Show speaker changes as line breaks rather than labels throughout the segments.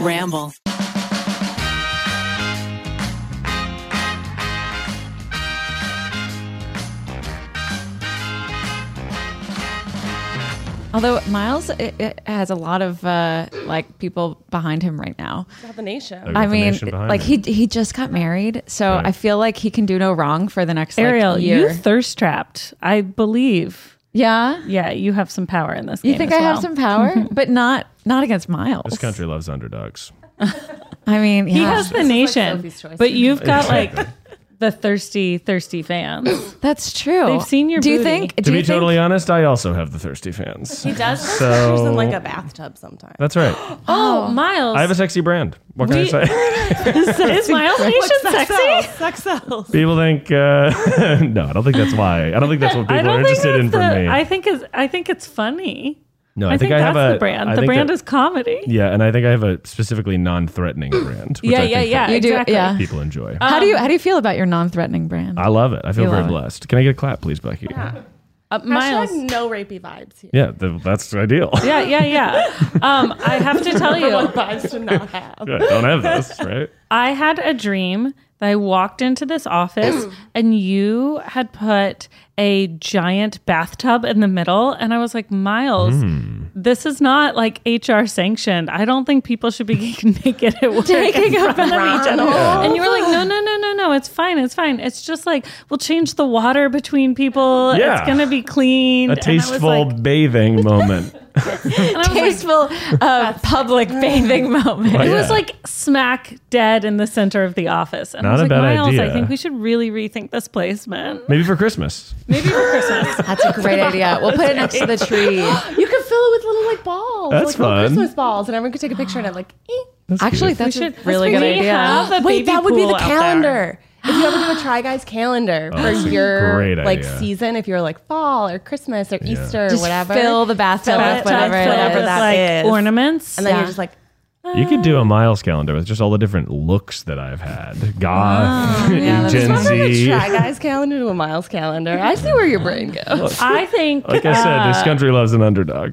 Ramble.
Although Miles it, it has a lot of uh, like people behind him right now.
Well, the nation.
I mean,
Definition behind
like
it.
he he just got married, so
Right.
I feel like he can do no wrong for the next like,
Ariel,
year.
you thirst trapped. I believe.
yeah,
Yeah, you have some power in this.
you
game
think I
as
have
well.
some power, but not not against Miles.
This country loves underdogs.
I mean,
He
yeah,
has the nation,
Sophie's Choice.
but you've got like the thirsty, thirsty fans.
that's true.
They've seen your
Do you
booty.
think?
To
do
be
you think-
totally honest, I also have the thirsty fans. He
does those
So-
pictures in like a bathtub sometimes.
That's right.
Oh, Miles.
I have a sexy brand. What can
We-
I say?
is Miles Nation sexy?
Sex sells. Sex sells.
People think uh, no. I don't think that's why. I don't think that's what people
I
are
don't think
interested
that's
in
the.
from me.
I think is. I think it's funny.
no,
I, think,
I have
that's
a
the brand.
I
the
think
brand
that-
is comedy.
yeah, and I think I have a specifically non-threatening brand. Which
yeah,
I
yeah,
think
yeah. Uh,
that
You do,
exactly. Um,
yeah.
People enjoy.
How do you how do you feel about your non-threatening brand?
I love it. I feel
You
very
love it.
blessed. Can I get a clap, please, Becky? Yeah,
Uh, Miles.
Hashtag no rapey vibes here.
yeah th- that's ideal.
Yeah, yeah, yeah. Um, I have to tell you,
What vibes to not have.
I don't have this, right?
I had a dream that I walked into this office and you had put a giant bathtub in the middle. And I was like, Miles,
Hmm.
this is not like HR sanctioned. I don't think people should be getting naked at work.
Taking a bath.
And you were like, no, no, no, no, no. It's fine. It's fine. It's just like, we'll change the water between people.
Yeah.
It's going to be clean.
A tasteful bathing moment.
tasteful uh, public
Mm.
bathing moment.
Why,
It
Oh, yeah.
was like smack dead in the center of the office. And I
Not
was
a
like,
bad
Miles, I
idea.
think we should really rethink this placement.
Maybe for Christmas.
Maybe for Christmas.
That's a great idea. We'll put it next to the tree.
You could fill it with little like balls.
That's
like, little
fun.
Christmas balls, and everyone could take a picture and I'm like, eh.
That's
Actually,
cute.
that's a really good
We
idea.
have a
Wait,
baby
that would be
pool
the
out there.
calendar. If you ever do a Try Guys calendar for
that's a
your
great
like
idea.
season, if you're like fall or Christmas or Easter or
Just
whatever,
fill the bathtub
Fill
with
it up,
whatever, it
fill it up
is.
with that
like
is.
ornaments.
and then
Yeah.
you're just like,
you could do a Miles calendar with just all the different looks that I've had.
Oh,
Goth, Gen
Remember the
Z.
Try Guys calendar to a Miles calendar. I see where your brain goes.
I think
Like I said, this
uh,
country loves an underdog.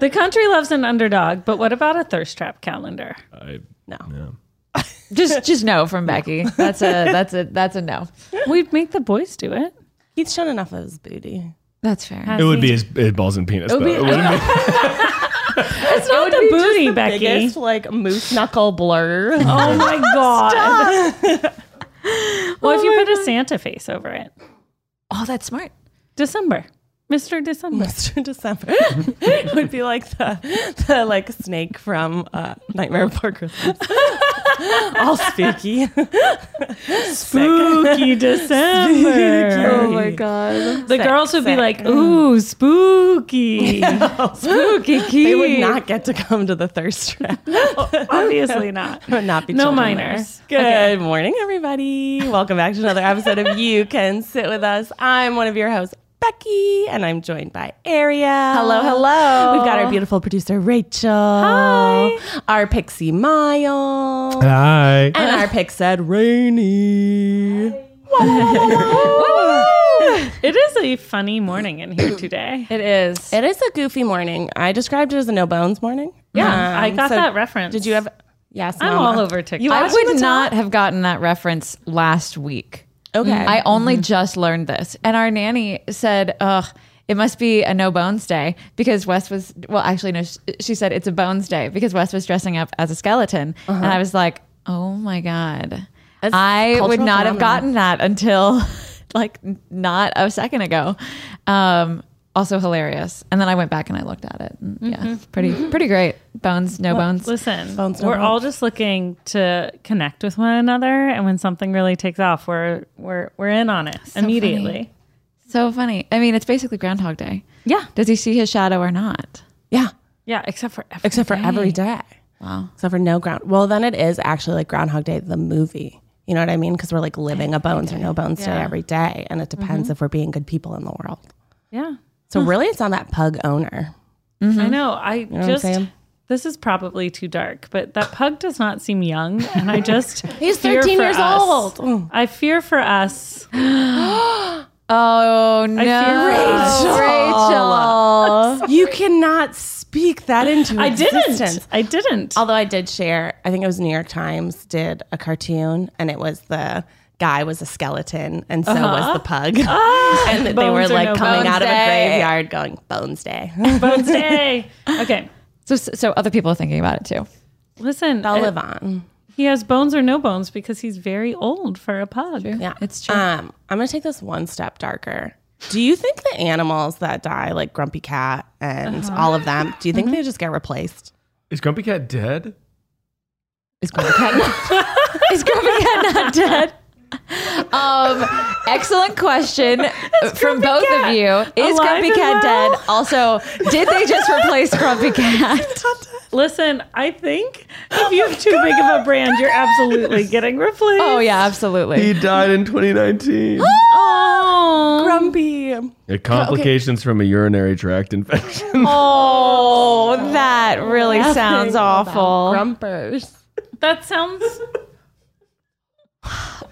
the country loves an underdog, but what about a thirst trap calendar?
I,
No.
yeah.
Just just no from Becky. That's a that's a that's a no.
We'd make the boys do it.
He's shown enough of his booty.
That's fair.
It would be his, his balls and penis, though.
be-
it wouldn't be,
It's not the booty, Becky.
Biggest like moose knuckle blur.
Oh my god. well, if you put a Santa face over it.
Oh, that's smart.
December. Mr. December.
Mr. December It would be like the, the like snake from uh, Nightmare Before Christmas. All spooky.
Spooky December.
Oh my
god.
The girls would be
sick. Mm.
like, ooh, spooky.
Spooky
They would not get to come to the thirst trap.
Oh, Obviously not.
Would not be
No
children
minors.
Good morning, everybody. Welcome back to another episode of You Can Sit With Us. I'm one of your hosts, Becky, and I'm joined by Aria.
Hello, hello.
We've got our beautiful producer, Rachel. Hi. Our pixie, Miles.
Hi.
And our pick said rainy.
It is a funny morning in here today.
It is.
It is a goofy morning. I described it as a no bones morning.
Yeah, I got
Um, so
that reference.
Did you have? um, Yes,
I'm
Mama.
all over TikTok.
I would not have gotten that reference last week.
Okay.
I only just learned this. And our nanny said, ugh, it must be a no bones day because Wes was, well, actually, no, she, she said it's a bones day because Wes was dressing up as a skeleton. And I was like, oh my God.
That's
I would
cultural
not have gotten
phenomenon.
that until like n- not a second ago. Um, also hilarious. And then I went back and I looked at it. And Yeah, pretty, pretty great. Bones, no bones.
Listen,
Bones don't
we're all
help.
just looking to connect with one another, and when something really takes off, we're we're we're in on it immediately.
So funny. I mean, it's basically Groundhog Day.
Yeah,
Does he see his shadow or not?
yeah,
yeah. Except for every
except for
day.
every day. Wow. Except for no ground. Well, then it is actually like Groundhog Day, the movie. You know what I mean? Because we're like living a bones or no bones day every day, and it depends
Mm-hmm.
if we're being good people in the world.
Yeah,
So really, it's on that pug owner.
I know. I
Mm-hmm. what I'm
just
saying?
this is probably too dark, but that pug does not seem young, and I just
He's
fear
13
for
years
us.
old. Mm.
I fear for us.
Oh no,
feel
Rachel!
You cannot speak that into
Oh, I
existence.
didn't. I didn't.
Although I did share, I think it was New York Times did a cartoon, and it was the guy was a skeleton, and so was the pug, and they were
Uh-huh. Ah, Bones or
like
no
coming
bones
out of a
day.
graveyard, going Bones Day.
Bones Day. Okay.
So, so other people are thinking about it too.
Listen,
I'll
it-
live on.
he has bones or no bones because he's very old for a pug.
Yeah,
It's true.
Um, I'm gonna take this one step darker. Do you think the animals that die, like Grumpy Cat and all of them, do you think they just get replaced?
Is Grumpy Cat dead?
Is Grumpy Cat?
Is Grumpy Cat not dead? Um, excellent question Uh, from both of you. Is
alive
Grumpy
and
Cat
well?
dead? Also, did they just replace Grumpy Cat?
Listen, I think if you have too big of a brand, you're absolutely getting replaced.
Oh yeah, absolutely.
died in 2019.
Oh.
Grumpy.
complications from a urinary tract infection.
Oh, that really sounds awful.
Grumpers.
That sounds.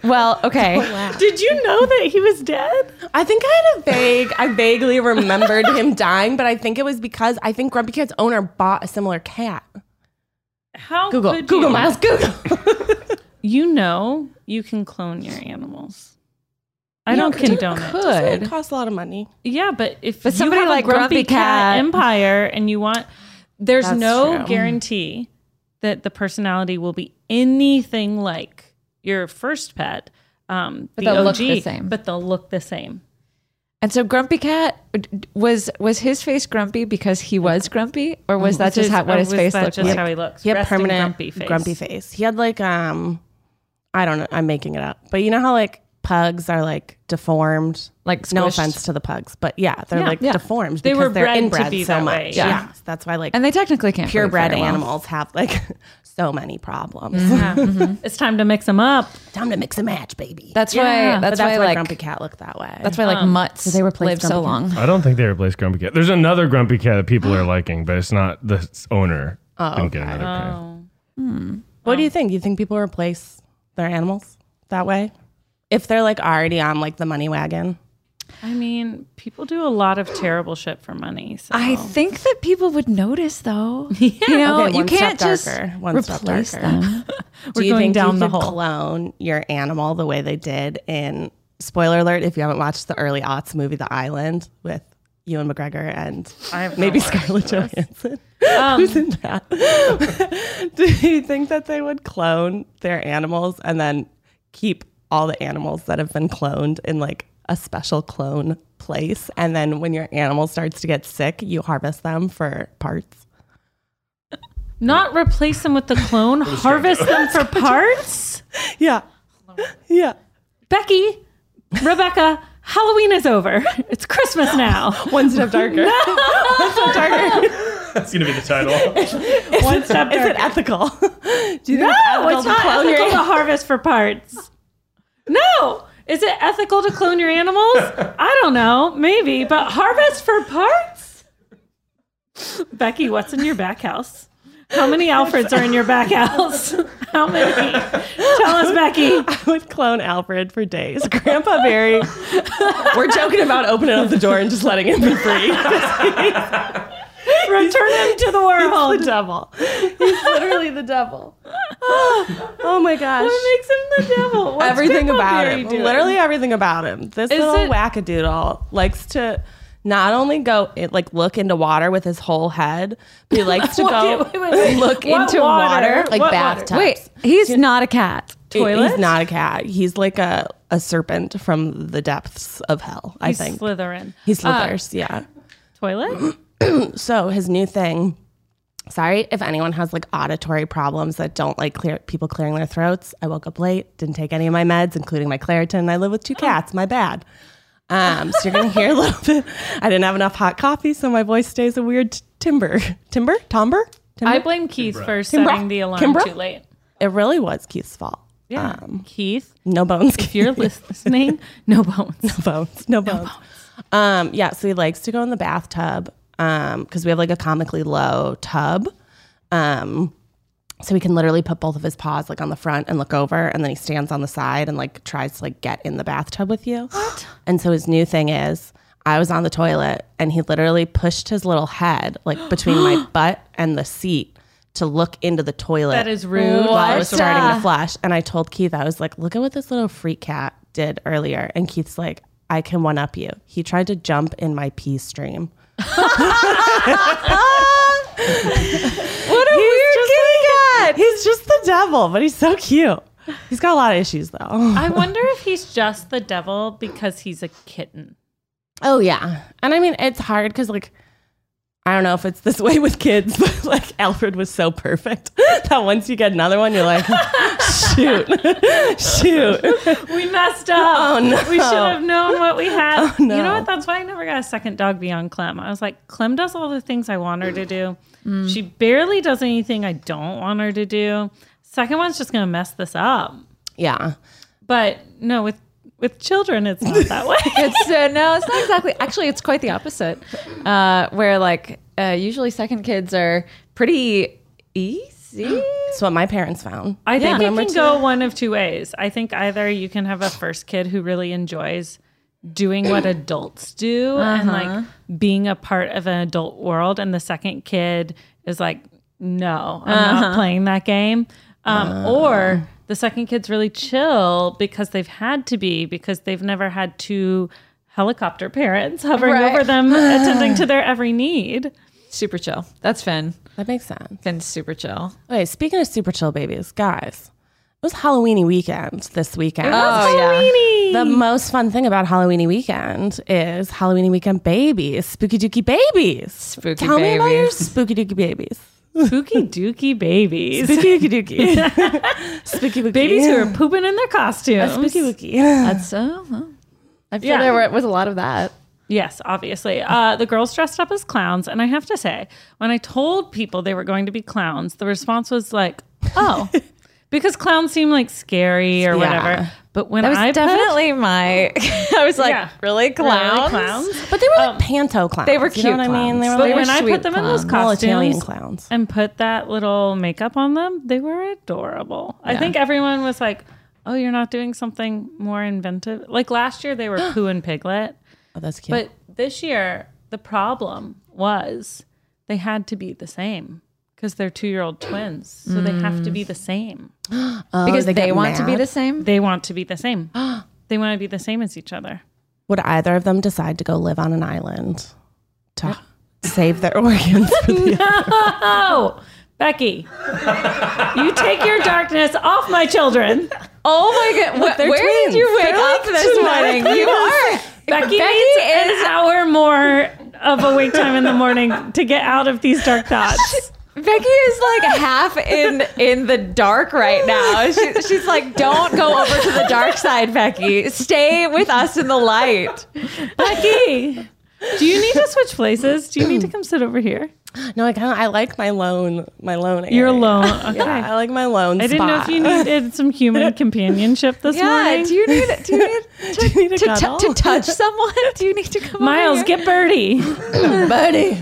well, okay.
Did you know that he was dead?
I think I had a vague, I vaguely remembered him dying, but I think it was because I think Grumpy Cat's owner bought a similar cat.
How
Google,
could
Google,
you?
Miles, Google.
You know you can clone your animals. I
Yeah,
don't
but you
condone it.
It
Good.
costs a lot of money.
Yeah, but if
But
you
somebody
have
like
a grumpy,
Grumpy
cat,
Cat-
empire and you want, there's
That's
no
true.
guarantee that the personality will be anything like your first pet. Um, but
they'll look the same.
But they'll look the same.
And so Grumpy Cat d- d- was was his face grumpy because he was grumpy, or was that just
Is-
how, what
or
his
Mm-hmm. was
face
that
looked
just
like?
how he looks.
He had
Resting
permanent
grumpy face.
He had like um, I don't know. I'm making it up, but you know how like pugs are like deformed.
Like
no
squished.
offense to the pugs, but yeah, they're
Yeah.
like
Yeah.
deformed.
They
because
were
they're
bred to
inbred
be
so
that
much.
way.
Yeah.
Yeah.
that's why like
and they technically can't breed
purebred
very well.
animals have like so many problems.
Mm-hmm. Yeah. It's time to mix them up.
Time to mix and match, baby.
That's
Yeah,
why.
But
That's, why. Like
Grumpy Cat looked that way.
that's why like mutts they were lived
replaced
so
Grumpy
long.
I don't think they replaced Grumpy Cat. There's another Grumpy Cat that people are liking, but it's not the s- owner. Oh, Didn't get another cat.
Oh.
what do you think? You think people replace their animals that way? If they're like already on like the money wagon,
I mean, people do a lot of terrible shit for money. So.
I think that people would notice though. You know,
Okay,
you
one step
can't just
darker, one step
replace
darker.
them.
We're do you
going
think
down
you
the
could
hole.
clone your animal the way they did in spoiler alert if you haven't watched the early aughts movie The Island with Ewan McGregor and
I have
maybe
not watched
Scarlett Johansson. Who's in that? do you think that they would clone their animals and then keep all the animals that have been cloned in like a special clone place and then when your animal starts to get sick you harvest them for parts?
Not replace them with the clone, harvest them for parts.
Yeah. Yeah.
Becky, Rebecca, Halloween is over. It's Christmas now.
One step darker.
That's gonna be the title.
One step
Is it
darker.
ethical? Do you think
No,
ethical
it's
to
not
clone your
ethical to
animal?
harvest for parts. No. Is it ethical to clone your animals? I don't know. Maybe, but harvest for parts? Becky, what's in your back house? How many Alfreds are in your back house? How many? Tell us, Becky.
I would clone Alfred for days. Grandpa Barry. We're joking about opening up the door and just letting him be free.
Return him to the
the
world.
devil. He's literally the devil. Oh my gosh.
What makes him the devil? What's
everything
Grandpa
about
Barry
him.
doing?
Literally everything about him. This little
it-
wackadoodle likes to not only go it, like look into water with his whole head, but he likes to go
Wait, wait, wait.
look
What
into
water?
water,
Like What water? bathtubs.
Wait, he's not a cat.
He-
Toilet?
He's not a cat. He's like a, a serpent from the depths of hell, I
He's
think.
Slytherin.
he slithers, yeah.
Toilet?
So his new thing. Sorry if anyone has like auditory problems that don't like clear people clearing their throats. I woke up late, didn't take any of my meds, including my Claritin, and I live with
Oh.
two cats. My bad. Um, so you're gonna hear a little bit. I didn't have enough hot coffee, so my voice stays a weird t- timber, timber, timber. timber?
I blame Keith for
Kimbra.
setting the alarm
Kimbra.
too late.
it really was Keith's fault. Um,
Yeah. Keith,
No bones.
if you're listening, no bones.
bones. No bones. Um, yeah, so he likes to go in the bathtub um, because we have like a comically low tub. Um, so he can literally put both of his paws like on the front and look over, and then he stands on the side and like tries to like get in the bathtub with you. What? And so his new thing is I was on the toilet and he literally pushed his little head like between my butt and the seat to look into the toilet.
That is rude.
While I was
What?
starting to flush. And I told Keith, I was like, look at what this little freak cat did earlier. And Keith's like, I can one up you. He tried to jump in my pee stream.
What a weird kitty cat.
He's just the devil, but he's so cute. He's got a lot of issues though.
I wonder if he's just the devil because he's a kitten.
Oh yeah. And I mean it's hard because like I don't know if it's this way with kids, but like Alfred was so perfect that once you get another one, you're like, shoot, shoot.
We messed up.
Oh, no. Oh,
We should have known what we had. You know
no.
what? That's why I never got a second dog beyond Clem. I was like, Clem does all the things I want her to do. She barely does anything I don't want her to do. Second one's just gonna mess this up.
Yeah.
But no, with with children, it's not that way.
It's uh, no, it's not exactly. Actually, it's quite the opposite. Uh, where like uh, usually second kids are pretty easy.
That's what my parents found.
I think
Yeah.
it
Number
can go one of two ways. I think either you can have a first kid who really enjoys doing what adults do and
Uh-huh.
like being a part of an adult world, and the second kid is like, no, I'm
Uh-huh.
not playing that game. Um, Or the second kid's really chill because they've had to be because they've never had two helicopter parents hovering
Right.
over them, attending to their every need.
Super chill. That's Finn.
That makes sense.
Finn's super chill.
Okay, speaking of super chill babies, guys, it was Halloweeny weekend this weekend. The most fun thing about Halloweeny weekend is Halloweeny weekend babies, spooky dooky babies.
Spooky
Tell me about your
babies.
spooky dooky babies.
Spooky dookie babies.
Spooky dooky dooky. spooky wookie.
Babies who are Um, pooping in their costumes.
spooky wookie.
That's so. huh. I feel
Yeah.
there were, was a lot of that.
Yes, obviously. Uh, the girls dressed up as clowns. And I have to say, when I told people they were going to be clowns, the response was like, oh, because clowns seem like scary
Yeah.
or whatever. But when
That was
I put-
definitely my. I was like,
Yeah.
really clowns?
Really clowns?
But they were like panto clowns.
they were
You
cute
know what I mean? They
clowns.
were
But
like
were
when I
sweet
put them in those
all Italian
costumes
clowns.
and put that little makeup on them, they were adorable. I think everyone was like, oh, you're not doing something more inventive. Like last year, they were Pooh and Piglet.
Oh, that's cute.
But this year, the problem was they had to be the same because they're two year old twins. So they have to be the same.
because
they
they,
get
want to be
mad?
the same.
They want to be the same. they want to be the same as each other.
Would either of them decide to go live on an island to save their organs? For the-
Oh, Becky, you take your darkness off my children.
Oh my god! Wh-
they're
where
twins.
did you wake
They're
up
like
this
genetic
morning? You are
Becky,
Becky
needs an
is
hour more of awake time in the morning to get out of these dark thoughts.
Becky is like half in in the dark right now. She, she's like, don't go over to the dark side, Becky. Stay with us in the light.
Becky, do you need to switch places? Do you need to come sit over here?
no, I kind of I like my lone my lone.
You're
area.
alone. Okay.
Yeah, I like my lone.
I didn't know if you needed some human companionship this
Yeah.
morning.
Do you need do you need to,
you need a
to, t-
cuddle?
to touch someone? Do you need to come?
Miles,
over
get Birdie.
buddy.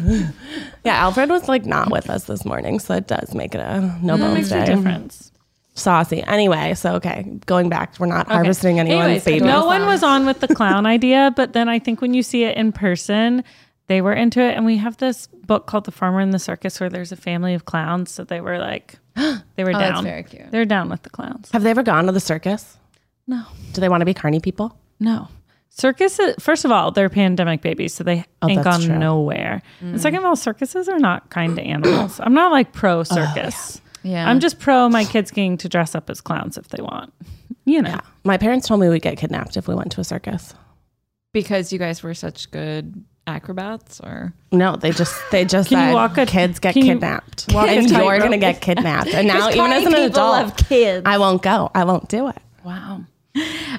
yeah, Alfred was like not with us this morning, so it does make it a no bones
Mm, Makes a
day.
difference.
Saucy. Anyway, so okay, going back, we're not harvesting anyone's
Anyways,
babies.
no one was on with the clown idea, but then I think when you see it in person, they were into it. And we have this book called The Farmer in the Circus where there's a family of clowns. So they were like, they were down.
Oh, that's very cute.
They're down with the clowns.
Have they ever gone to the circus?
No.
Do they want to be carny people?
No. Circuses, first of all, they're pandemic babies, so they ain't
Oh, that's
gone
true.
nowhere.
Mm.
And second of all, circuses are not kind to animals. I'm not like pro circus.
Yeah.
I'm just pro my kids getting to dress up as clowns if they want. You know.
My parents told me we'd get kidnapped if we went to a circus.
because you guys were such good acrobats, or
No, they just they just
Can you
said
walk a-
kids get
can you
kidnapped,
walk a
and you're
tightrope?
gonna get kidnapped. And now, even
carny
as an
people
adult,
love kids.
I won't go. I won't do it.
Wow.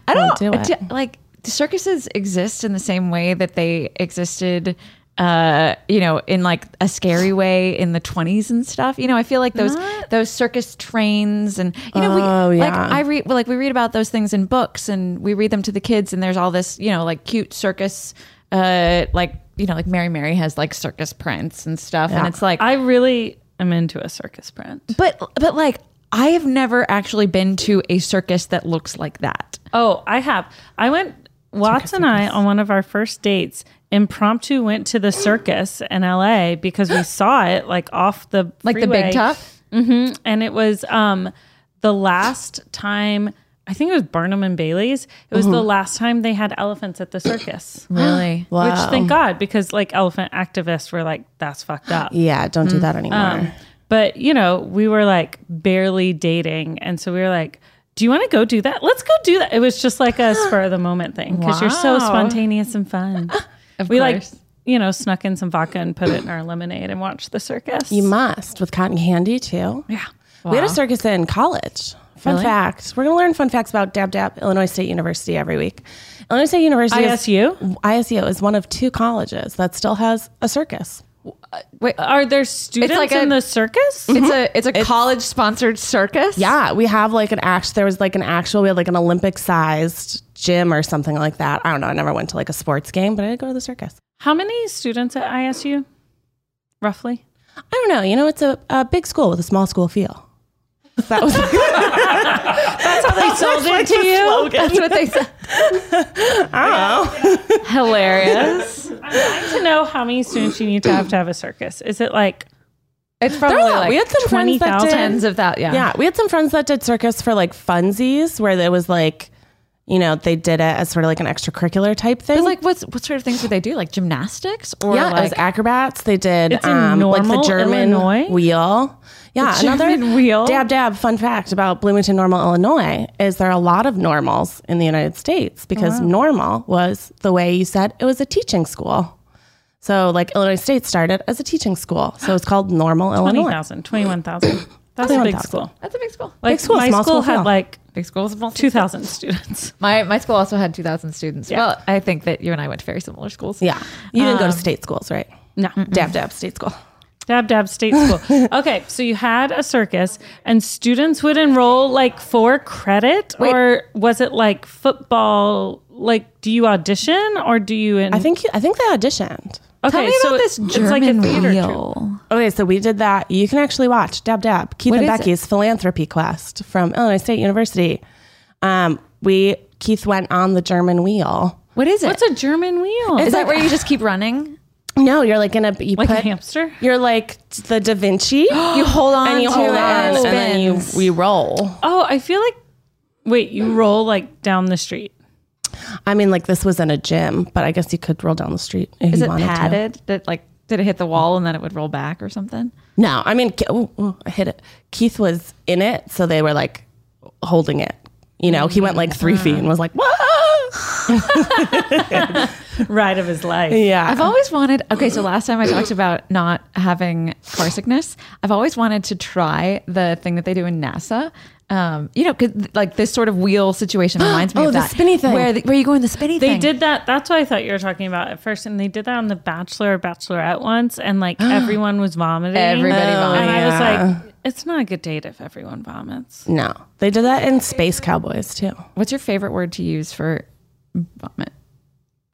I don't
do it.
d- like the circuses exist in the same way that they existed uh you know in like a scary way in the 20s and stuff you know i feel like those those circus trains and you know
Oh,
we like
yeah.
i read well, like we read about those things in books and we read them to the kids and there's all this you know like cute circus uh like you know like mary mary has like circus prints and stuff and it's like
I really am into a circus print.
but but like i have never actually been to a circus that looks like that
Oh, I have. I went Watts and I, on one of our first dates, impromptu went to the circus in LA because we saw it like off the
Like the
freeway.
big top?
hmm And it was um, the last time, I think it was Barnum and Bailey's. It was the
Mm-hmm.
last time they had elephants at the circus.
Really?
Which thank God, because like elephant activists were like, that's fucked up.
Yeah, don't
Mm.
do that anymore.
Um. But you know, we were like barely dating, and so we were like, "Do you want to go do that? Let's go do that." It was just like a spur of the moment thing because you're so
Wow.
spontaneous and fun.
Of
we like,
course.
you know, snuck in some vodka and put it in our lemonade and watched the circus.
you must with cotton candy too.
yeah,
We had a circus in college. Fun facts. We're going to learn fun facts about Dab Dab, Illinois State University every week. Illinois State University is-
ISU.
ISU is one of two colleges that still has a circus.
Wait,
Are there students
like
in
a-
the circus?
it's a Mm-hmm. it's a college sponsored circus.
Yeah, we have like an act. There was like an actual. We had like an Olympic sized gym or something like that. I don't know. I never went to like a sports game, but I did go to the circus.
How many students at ISU, roughly?
I don't know. You know, it's a, a big school with a small school feel. That was
That's how they sold it to you.
That's what they said. Hilarious.
I'd like to know how many students you need to have to have a circus. Is it like
It's probably
There were a lot.
like
we had some friends that
20,000.
did
tens of that. Yeah.
Uh-huh.
Yeah, we had some friends that did circus for like funsies, where it was like, you know, they did it as sort of like an extracurricular type thing.
But like, what's what sort of things would they do? Like gymnastics or
yeah,
like
as acrobats, they did
It's in
um, like the
Normal,
German
Illinois?
wheel. Yeah,
German wheel?
Dab dab. Fun fact about Bloomington Normal, Illinois is there are a lot of normals in the United
Oh,
States because normal was the way you said it was a teaching school. So like Illinois State started as a teaching school, so it's called Normal Illinois.
20,000, 21,000? That's a big
21,000.
school.
that's a big school.
Like
Big school,
my
small
school,
school
had
feel.
like
Big school, small school.
two thousand students.
My my school also had two thousand students. Well, I think that you and I went to very similar schools. Um,
Yeah, you didn't go to state schools, right?
Um, No,
Dab dab state school.
dab dab state school. Okay, so you had a circus, and students would enroll like for credit, or was it like football? Like, do you audition or do you? In-
I think you, I think they auditioned.
Okay,
Tell me
so
about
it-
this German
troupe.
wheel.
Okay, so we did that. You can actually watch Dab Dab, Keith
What
and
is it?
Becky's philanthropy quest from Illinois State University. Um, we Keith went on the German wheel.
What is it?
What's a German wheel?
is that where you just keep running?
No, you're like in a you
like a
put
hamster?
you're like the Da Vinci
You hold on
and you
to
hold
it
on
and
and
it
then you
spins.
we roll.
Oh, I feel like. Wait, you roll like down the street.
I mean, like this was in a gym, but I guess you could roll down the street if
Is
you
it
wanted to.
padded? That like did it hit the wall and then it would roll back or something?
No, I mean, Ke- ooh, ooh, I hit it. Keith was in it, so they were like holding it. You know, he went like three feet and was like, "Whoa!"
Ride of his life.
Yeah,
I've always wanted. Okay, so last time I talked about not having car sickness. I've always wanted to try the thing that they do in NASA. Um, you know, 'cause, like this sort of wheel situation reminds me
Oh,
of
the
that
spinny thing.
where the, where you go in the spinny
They
thing.
did that. That's what I thought you were talking about at first. And they did that on The Bachelor or Bachelorette once. And like everyone was vomiting.
Everybody Oh, vomited.
And I
yeah.
was like, it's not a good date if everyone vomits.
No, they did that in Space Cowboys too.
What's your favorite word to use for vomit?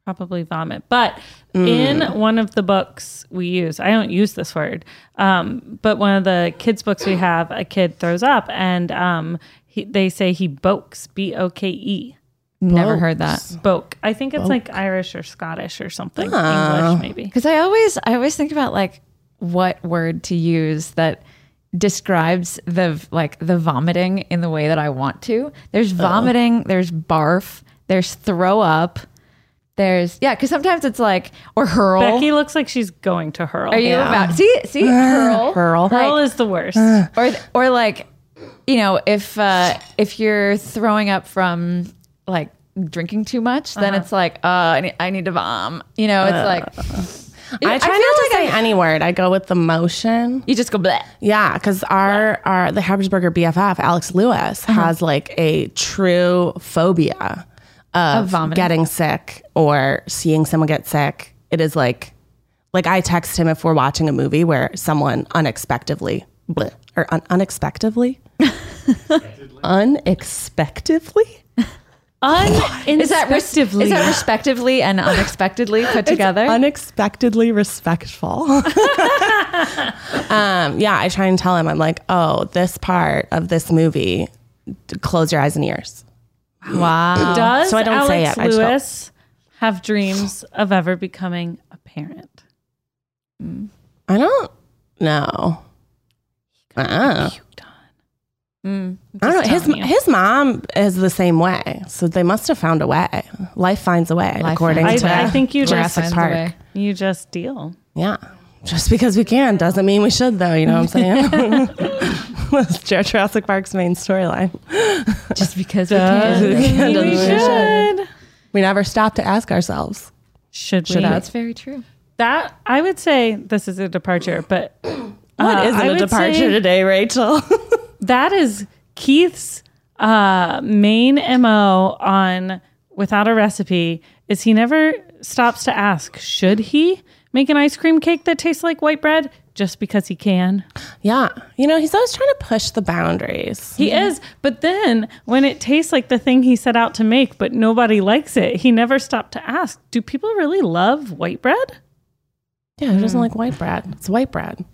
Probably vomit. But in one of the books we use, I don't use this word, um, but one of the kids' books we have, a kid throws up and um, he, they say he bokes, B O K E.
Never heard that.
Boke. I think it's like Irish or Scottish or something. English, maybe.
Because I always I always think about like what word to use that describes the v- like the vomiting in the way that I want to. There's vomiting, there's barf, there's throw up, there's yeah. Because sometimes it's like or hurl.
Becky looks like she's going to hurl.
Are you about see see hurl
Hurl.
Like,
Hurl is the worst.
or or like you know if uh if you're throwing up from like drinking too much then
Uh-huh.
it's like uh I need, I need to vom you know it's like
I
feel
try not to
like I-
say any word. I go with the motion.
you just go bleh.
Yeah, because our our the Habsburger BFF Alex Lewis
Uh-huh.
has like a true phobia
Of
of
vomiting.
getting sick or seeing someone get sick. It is like like I text him if we're watching a movie where someone unexpectedly bleh, or un- unexpectedly unexpectedly
Uninspectively.
Is that res- is that respectively and unexpectedly put together?
unexpectedly respectful. um, yeah, I try and tell him, I'm like, oh, this part of this movie, d- close your eyes and ears.
Wow.
Does
So I don't
Alex
say it, I just
Lewis have dreams of ever becoming a parent?
I don't know. Uh-uh.
Puked on. Mm,
I don't know.
Just
His
telling you.
his mom is the same way, so they must have found a way. Life finds a way,
Life
according
finds
I,
a
to.
way.
I think you just
Jurassic
Finds a
Park.
way.
you just deal.
Yeah, just because we can doesn't mean we should, though. You know what I'm saying? That's Jur- Jurassic Park's main storyline.
Just because
Uh,
we can. doesn't
we can,
mean
we
we
should.
should.
We never stop to ask ourselves.
Should, we?
That's very true.
That I would say this is a departure, but
What
uh,
is
I
a
would
departure
say
today, Rachel?
That is Keith's uh, main mo on without a recipe is he never stops to ask should he make an ice cream cake that tastes like white bread just because he can.
yeah, you know he's always trying to push the boundaries.
He is, but then when it tastes like the thing he set out to make, but nobody likes it, he never stopped to ask, "Do people really love white bread?"
Yeah, he doesn't like white bread. It's white bread.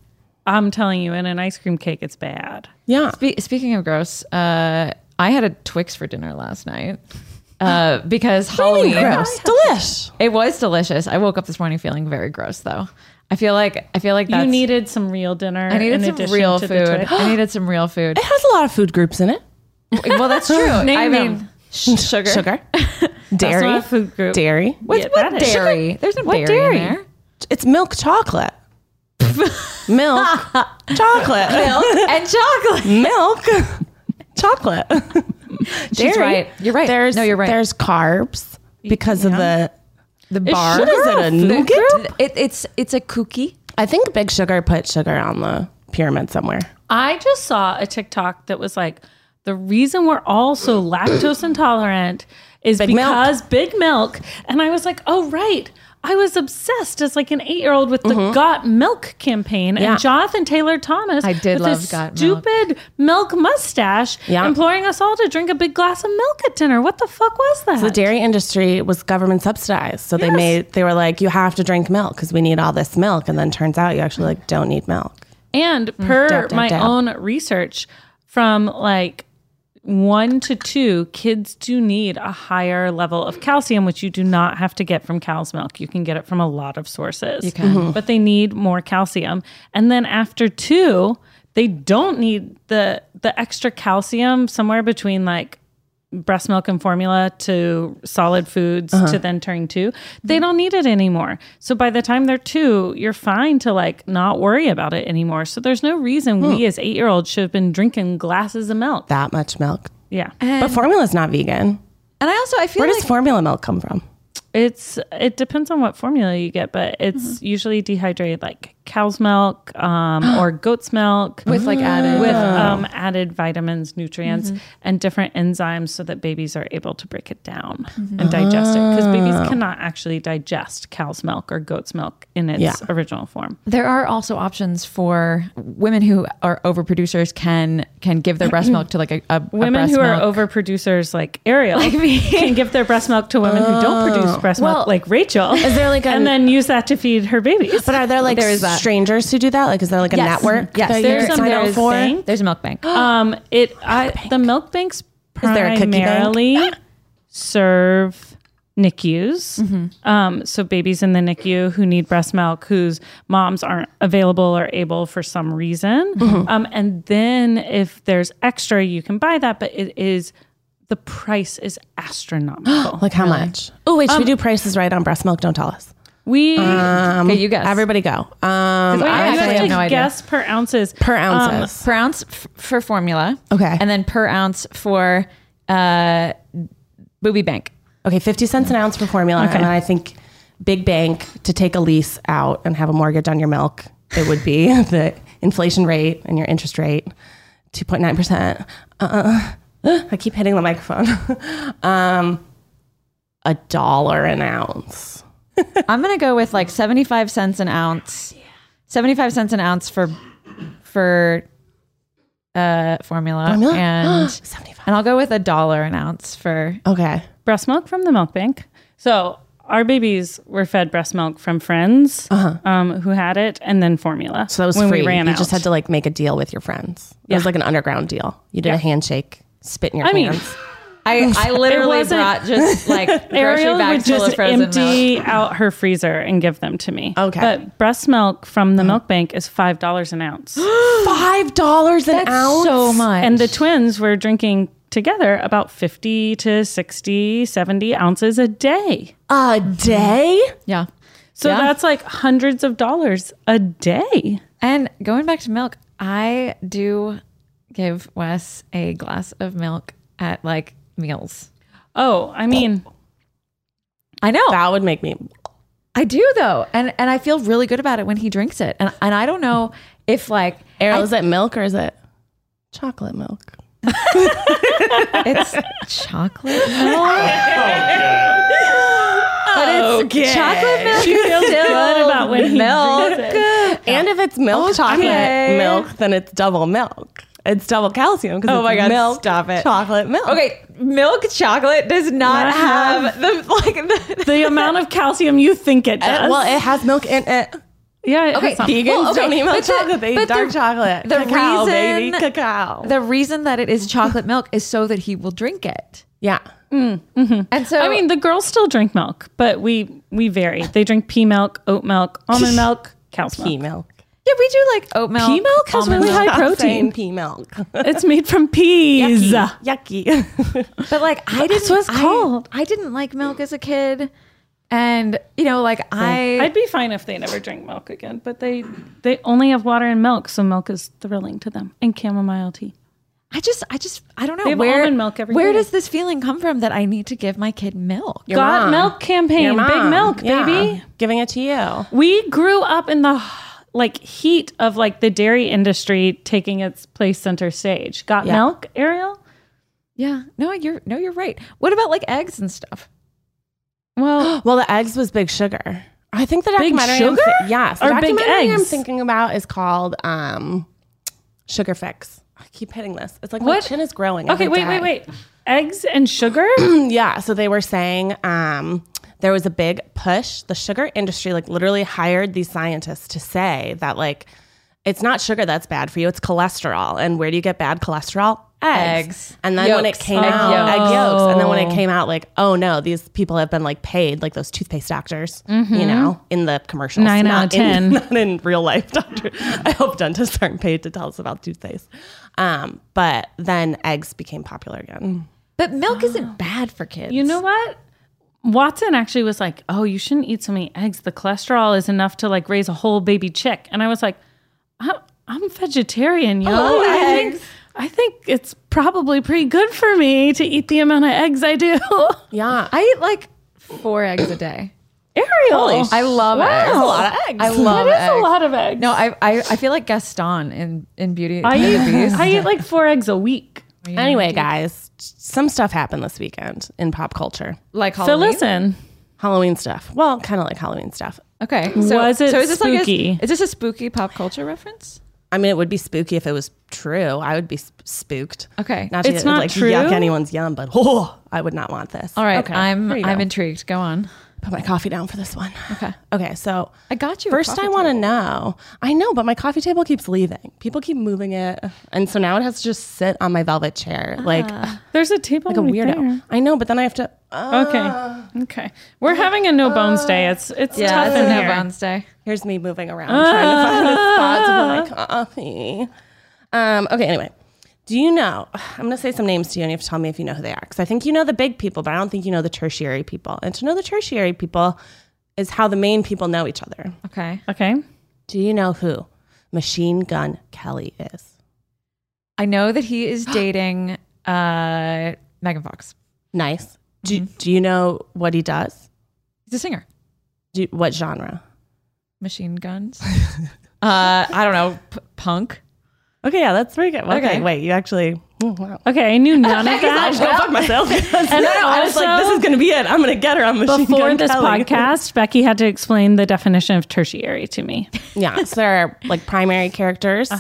I'm telling you, in an ice cream cake, it's bad.
Yeah,
Spe- speaking of gross, uh, I had a Twix for dinner last night uh, because Halloween.
Oh, gross, delish.
It was delicious. I woke up this morning feeling very gross, though. I feel like I feel like that's,
you needed some real dinner.
I needed
in
some
addition
real
to
food.
the Twix.
I needed some real food.
It has a lot of food groups in it.
Well, that's true. I
Name
mean,
them.
sh- sugar,
Sugar,
That's
dairy,
not a food group.
dairy.
What's,
Yeah,
what
that is-
dairy? There's no dairy,
dairy?
in there.
It's milk chocolate. milk chocolate.
Milk and chocolate.
milk chocolate. Dairy.
right. You're right.
There's,
No, you're right.
There's carbs because of the
The bar.
What is it, a nougat?
It, it's it's a cookie.
I think Big Sugar put sugar on the pyramid somewhere.
I just saw a TikTok that was like, the reason we're all so lactose intolerant is
milk.
because big milk. And I was like, oh, right. I was obsessed as like an eight year old with the Got Milk campaign
Yeah.
and Jonathan Taylor Thomas.
I did
with
love
his
Got Milk.
stupid milk, mustache,
Yeah.
imploring us all to drink a big glass of milk at dinner. What the fuck was that?
The dairy industry was government subsidized, so they
Yes.
made they were like, "You have to drink milk because we need all this milk." And then turns out you actually like don't need milk.
And per
dab, dab,
my
dab.
own research, from like one to two, kids do need a higher level of calcium, which you do not have to get from cow's milk. You can get it from a lot of sources, you can. Mm-hmm. but they need more calcium. And then after two, they don't need the the extra calcium somewhere between like breast milk and formula to solid foods to then turn two, they don't need it anymore. So by the time they're two, you're fine to like not worry about it anymore. So there's no reason we as eight year olds should have been drinking glasses of milk.
That much milk,
Yeah.
but formula's not vegan.
And I also I feel
Where
like
does formula milk come from?
It's it depends on what formula you get, but it's usually dehydrated like cow's milk um, or goat's milk.
with like added
with um, added vitamins, nutrients,
Mm-hmm.
and different enzymes so that babies are able to break it down
Mm-hmm.
and digest it. Because
Oh.
babies cannot actually digest cow's milk or goat's milk in its
Yeah.
original form.
There are also options for women who are overproducers can can give their breast milk to like a, a a
Women
breast
who are
milk.
over producers like Ariel can give their breast milk to women who don't produce breast
Oh. Well,
milk like Rachel. Is
there like a-
and then use that to feed her babies.
But are there like
There is that.
strangers who do that? Like, is there like a
Yes.
network?
Yes,
that you
there's
could
a-
sign
there
up
is
for?
thing.
There's a milk bank.
um it I the milk banks
there a cookie bank?
primarily serve NICUs.
Mm-hmm.
Um, so babies in the NICU who need breast milk, whose moms aren't available or able for some reason.
Mm-hmm.
Um, and then if there's extra, you can buy that, but it is the price is astronomical.
Like how much? Oh wait, should we do prices right on breast milk? Don't tell us.
we
Uh,
okay, you guess.
Everybody go. Um,
Wait,
I
you
actually
have to
have no idea.
guess per ounces.
per ounces.
per ounce f- for formula.
Okay.
and then per ounce for uh, booby bank.
okay, fifty cents an ounce for formula, and then I think big bank to take a lease out and have a mortgage on your milk. It would be the inflation rate and your interest rate, two point nine percent. Uh, I keep hitting the microphone. um, a dollar an ounce.
I'm gonna go with like 75 cents an ounce. 75 cents an ounce for for uh, formula,
Formula?
and
Seventy-five.
and I'll go with a dollar an ounce for
Okay.
breast milk from the milk bank. So our babies were fed breast milk from friends um, who had it, and then formula.
Uh-huh. So that was
when
free.
we ran
you
out.
just had to like make a deal with your friends. It was like an underground deal. You did a handshake, spit in your
I mean,
hands.
I, I literally
Oh, wasn't-
brought just like grocery
Ariel would
bags full of
just
frozen milk.
empty out her freezer and give them to me.
Okay. Uh-huh.
But breast milk from the milk bank is five dollars an ounce,
Five dollars an
That's
ounce.
so much.
and the twins were drinking together about 50 to 60 70 ounces a day
a day.
yeah.
so
Yeah.
that's like hundreds of dollars a day
And going back to milk, I do give Wes a glass of milk at like meals.
oh i mean
I know.
That would make me.
I do though. And and I feel really good about it when he drinks it. And and I don't know if like
Ariel, is it milk or is it chocolate milk?
it's chocolate milk. But it's chocolate milk. She feels
good about when he
milk.
drinks it.
And if it's milk chocolate milk, then it's double milk. It's double calcium because oh
my God,
milk
stop it.
chocolate milk.
Okay, milk chocolate does not
Not
have,
have-
the like the,
the amount of calcium you think it
And
does
it- Uh, well, it has milk in it.
yeah it has
Okay,
some-
Vegans
Well, okay,
don't eat
but
milk
the-
chocolate; they
but the-
eat dark chocolate.
the
cacao,
reason-
baby, cacao.
the reason that it is chocolate milk is so that he will drink it.
yeah,
And so
I mean, the girls still drink milk, but we we vary. They drink pea milk, oat milk, almond milk, cow's
pea
milk.
milk.
yeah, we do like oat milk.
Pea milk has
almond
really
milk.
high protein.
Saying pea milk.
It's made from peas.
Yucky.
But like I didn't
what it's
I-
called.
I, didn't like milk as a kid. And you know, like I
I'd be fine if they never drink milk again, but they they only have water and milk, so milk is thrilling to them and chamomile tea.
I just, I just, I don't know
have
where
almond milk every
where
day.
does this feeling come from that I need to give my kid milk?
Got
mom.
milk campaign, big milk,
Yeah.
baby.
Giving it to you.
We grew up in the like heat of like the dairy industry taking its place center stage. Got
Yeah.
milk, Ariel?
Yeah, no, you're no, you're right. What about like eggs and stuff?
Well,
Well, the eggs was big sugar. I think the
Big
documentary. I'm
Sugar?
thi- yes, the
Or Big
documentary I'm
Eggs?
thinking about is called um, Sugar Fix. I keep hitting this. It's like my
What?
chin is growing.
okay,
every
wait, wait,
day.
wait. Eggs and sugar?
Yeah. So they were saying um, there was a big push. The sugar industry, like, literally hired these scientists to say that, like, it's not sugar that's bad for you, it's cholesterol. And where do you get bad cholesterol? Eggs.
Eggs.
And then when it
Yolks.
came
Egg
out,
yolks.
egg yolks. And then when it came out, like, oh no, these people have been like paid, like those toothpaste doctors, you know, in the commercials.
Nine
Not
out of
in-
10.
not in real life, doctor. I hope dentists aren't paid to tell us about toothpaste. Um, but then eggs became popular again.
But milk isn't bad for kids.
You know what? Watson actually was like, "Oh, you shouldn't eat so many eggs. The cholesterol is enough to like raise a whole baby chick." And I was like, "I'm, I'm vegetarian, yo.
love
I think-
Oh, eggs.
I think it's probably pretty good for me to eat the amount of eggs I do."
Yeah.
I eat like four eggs a day.
Ariel,
I love eggs.
That's a lot of eggs.
I love
that is
eggs.
a lot of eggs.
No, I, I, I feel like Gaston in in Beauty
I
and the
eat,
Beast.
I eat like four eggs a week.
Mm-hmm.
Anyway, guys, some stuff happened this weekend in pop culture.
like
So
Halloween.
listen,
Halloween stuff. Well, kind of like Halloween stuff.
Okay, so
Was it
so is this like
spooky?
a, is this a spooky pop culture reference?
I mean, it would be spooky if it was true. I would be sp- spooked.
Okay.
Not to
It's
get,
not
like
true?
yuck anyone's yum, but oh, I would not want this.
All right,
Okay,
I'm
here you
I'm
go.
intrigued. Go on.
Put my coffee down for this one. Okay. Okay. So
I got you. a
First,
coffee
I want to know. I know, but my coffee table keeps leaving. People keep moving it, and so now it has to just sit on my velvet chair, like
Ah.
there's a table
like a
right
weirdo.
there.
I know, but then I have to. Uh,
Okay, okay, we're having a no bones day. It's it's
Yeah,
tough
it's
in
a
here.
no bones day.
Here's me moving around trying to find the spots with my coffee. Um, okay, anyway. Do you know? I'm going to say some names to you and you have to tell me if you know who they are. Because I think you know the big people, but I don't think you know the tertiary people. And to know the tertiary people is how the main people know each other.
Okay,
Okay,
Do you know who Machine Gun Kelly is?
I know that he is dating uh, Megan Fox.
Nice. Do, do you know what he does?
He's a singer.
Do, what genre?
Machine guns. uh, I don't know. P- punk.
Okay, yeah, that's pretty good. Okay,
Okay.
wait, you actually. oh, wow.
okay, I knew none of that.
I should go fuck myself. and I was like,
also-
this is going to be it. I'm going to get her on Machine
before
Gun
this
Kelly.
podcast, Becky had to explain the definition of tertiary to me.
Yeah, so there are like primary characters.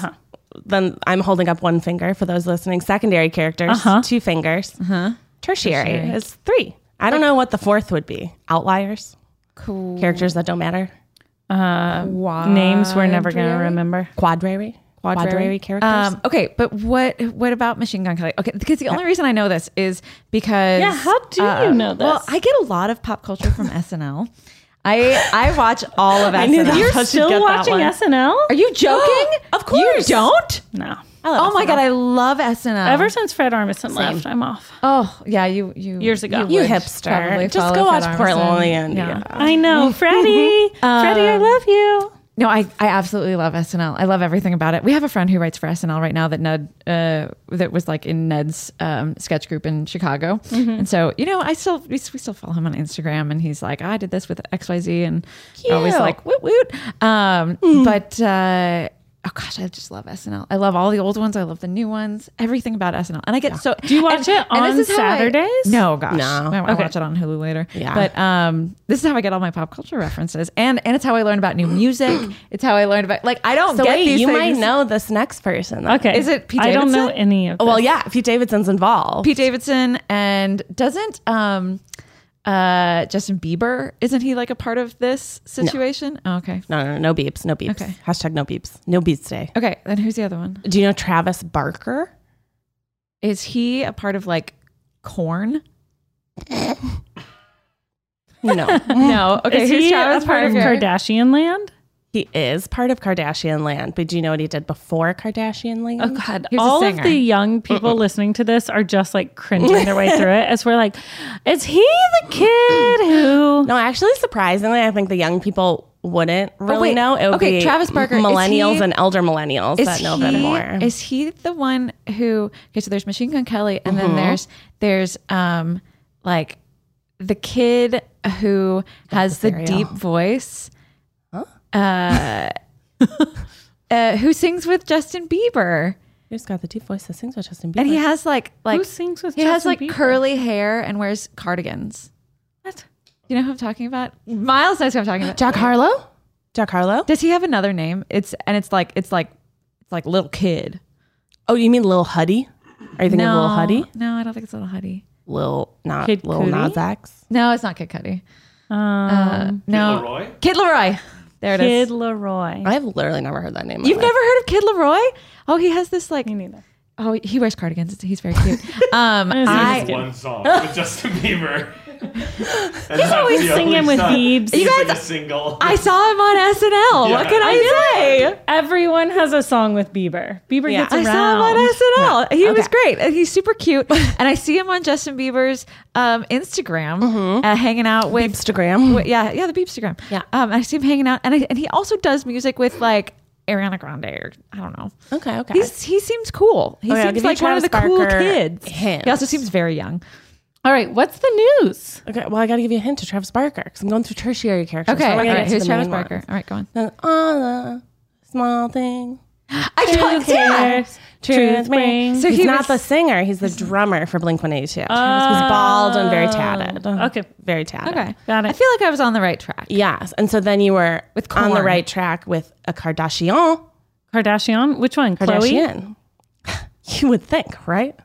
Then I'm holding up one finger for those listening. Secondary characters, two fingers. Tertiary, is three. I don't know what the fourth would be. Outliers,
Cool.
characters that don't matter.
Names we're never going to remember.
Quadrary, Quadrary, characters.
Um, okay, but what what about Machine Gun Kelly? Okay, because the only reason I know this is because uh,
Yeah, how do you know this?
Well, I get a lot of pop culture from SNL. I I watch all of SNL.
knew that.
You're
I should
still
get that
watching
one.
SNL?
Are you joking?
Of
you
course.
don't.
no.
Oh my god, I love SNL.
Ever since Fred Armisen left, I'm off.
oh yeah, you you
Years ago.
you
would
hipster.
probably follow
Just go
Fred
watch
Armisen.
Portlandia.
Yeah.
I know, Freddie. Freddie, I love you.
No, I, I absolutely love SNL. I love everything about it. We have a friend who writes for SNL right now that Ned uh, that was like in Ned's um, sketch group in Chicago,
Mm-hmm.
and so you know I still we, we still follow him on Instagram, and he's like "Ah, I did this with X Y Z, and always
Cute.
like woot woot. Um,
Mm-hmm.
But uh, oh gosh, I just love SNL. I love all the old ones. I love the new ones. Everything about SNL, and I get so. Do
you watch it on Saturdays?
no, gosh,
No.
I, I
Okay.
watch it on Hulu later.
Yeah.
but um, this is how I get all my pop culture references, and and it's how I learn about new music. it's how I learn about like I don't
So
get
wait,
these.
you might
things.
know this next person. though.
Okay.
Is it Pete
I don't know
Davidson?
any of this.
Well, yeah, Pete Davidson's involved.
Pete Davidson and doesn't um, uh, Justin Bieber isn't he like a part of this situation? Oh, okay,
no, no, no, no beeps, no beeps.
Okay.
Hashtag no beeps, no beeps day.
okay. Then who's the other one?
Do you know Travis Barker?
Is he a part of like Corn?
No,
No. Okay,
Mm. Is
who's
he
Travis
a part of
Barker?
Kardashian land?
he is part of Kardashian Land. But do you know what he did before Kardashian Land?
Oh God!
He's a
All of
singer.
the young people listening to this are just like cringing their way through it as we're like, "Is he the kid who?"
No, actually, surprisingly, I think the young people wouldn't really
wait.
know. It would
Okay,
be
Travis Barker, is
millennials
he-
and elder millennials that know that more.
Is he the one who? Okay, so there's Machine Gun Kelly, and
Mm-hmm.
then there's there's um like the kid who has the deep voice. Uh, uh, who sings with Justin Bieber,
Who's got the deep voice that sings with Justin Bieber?
and he has like like
Who sings with
he has
Justin
like
Bieber?
curly hair and wears cardigans.
What?
You know who I'm talking about? Miles knows who I'm talking about.
Jack Harlow. Jack Harlow.
Does he have another name? It's and it's like it's like it's like little kid.
Oh, you mean Lil Huddy? Are you thinking of Lil Huddy?
No, I don't think it's Little Huddy.
Lil not
Kid
Lil
Cudi?
Nas X.
No, it's not Kid Cudi.
Um,
Uh, no,
Leroy?
Kid Leroy. There it is.
Kid Leroy.
I've literally never heard that name.
You've never heard of Kid Leroy? Oh, he has this like.
Me neither.
Oh, he wears cardigans. It's- He's very cute. Um, I.
I-
one song with Justin Bieber. He's
always singing with Biebs.
He's
You
like
guys-
a single.
I saw him on SNL. What
Yeah.
Oh,
can I say?
Everyone has a song with Bieber. Bieber
Yeah.
gets
I
around.
saw him on SNL. He was
Okay.
great. And he's super cute. and I see him on Justin Bieber's um, Instagram, uh, hanging out with
Instagram.
Wait, yeah, yeah, the Beepstagram.
Mm-hmm. Yeah.
Um, I see him hanging out, and I, and he also does music with like Ariana Grande or I don't know.
Okay, okay.
He's, he seems cool. He
Okay, I'll
seems
give you
like one of the
Travis
cool
Barker
kids.
hint.
He also seems very young.
All right, what's the news?
okay, well, I got to give you a hint to Travis Barker because I'm going through tertiary characters.
Okay,
so I'm
all
gonna
right.
get to
Who's
the
Travis
main
Barker?
ones.
All right, go on.
And all the small things.
I
Who
talked yeah.
cares?
Truth
brings-
brings.
So
he's
he
not
was-
the singer. He's the drummer for Blink One Eighty Two. He's bald and very tatted.
Okay.
very tatted.
Okay,
Got it.
I feel like I was on the right track.
Yes, and so then you were
With
on the
corn.
right track with a Kardashian.
Kardashian. Which one? Chloe.
Kardashian. You would think, right?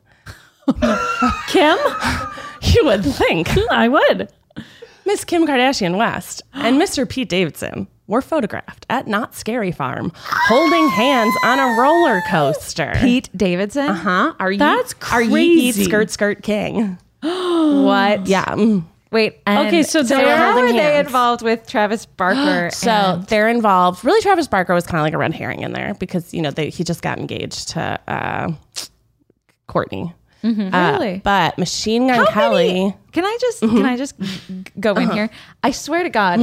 Kim.
You would think.
I would.
Miss Kim Kardashian West and Mr. Pete Davidson were photographed at Not Scary Farm holding hands on a roller coaster.
Pete Davidson.
huh? Are you?
That's
Are you Pete
crazy.
Skirt Skirt King?
What?
Yeah. mm.
Wait. and-
Okay, so they were
how are
holding
they
hands.
involved with Travis Barker?
So they're involved. Really, Travis Barker was kind of like a red herring in there because you know they, he just got engaged to uh, Courtney.
and, uh, really?
But Machine Gun
How
Kelly.
many- can I just can I just g- go in here? I swear to God,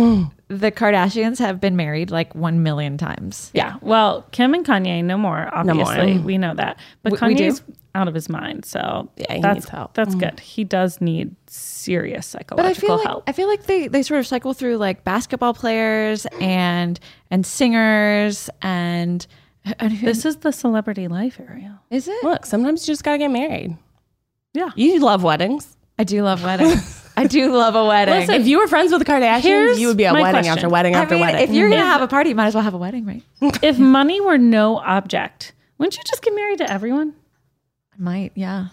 the Kardashians have been married like one million times.
Yeah. Well, Kim and Kanye, no more.
more.
Obviously, we know that. But
We- we do?
Kanye's out of his mind, so
Yeah, he
that's
needs help.
that's good. He does need serious
But I
psychological
feel like
help.
I feel like they they sort of cycle through like basketball players and and singers and and who
this is the celebrity life area.
is it?
Look, sometimes you just gotta get married.
Yeah.
You love weddings.
I do love weddings. I do love a wedding.
If you were friends with the Kardashians,
Here's
you would be at
my
wedding
question.
after wedding
I
after
mean,
wedding.
if you're gonna have a party, you might as well have a wedding, right? I
if money were no object, wouldn't you just get married to everyone?
might, yeah.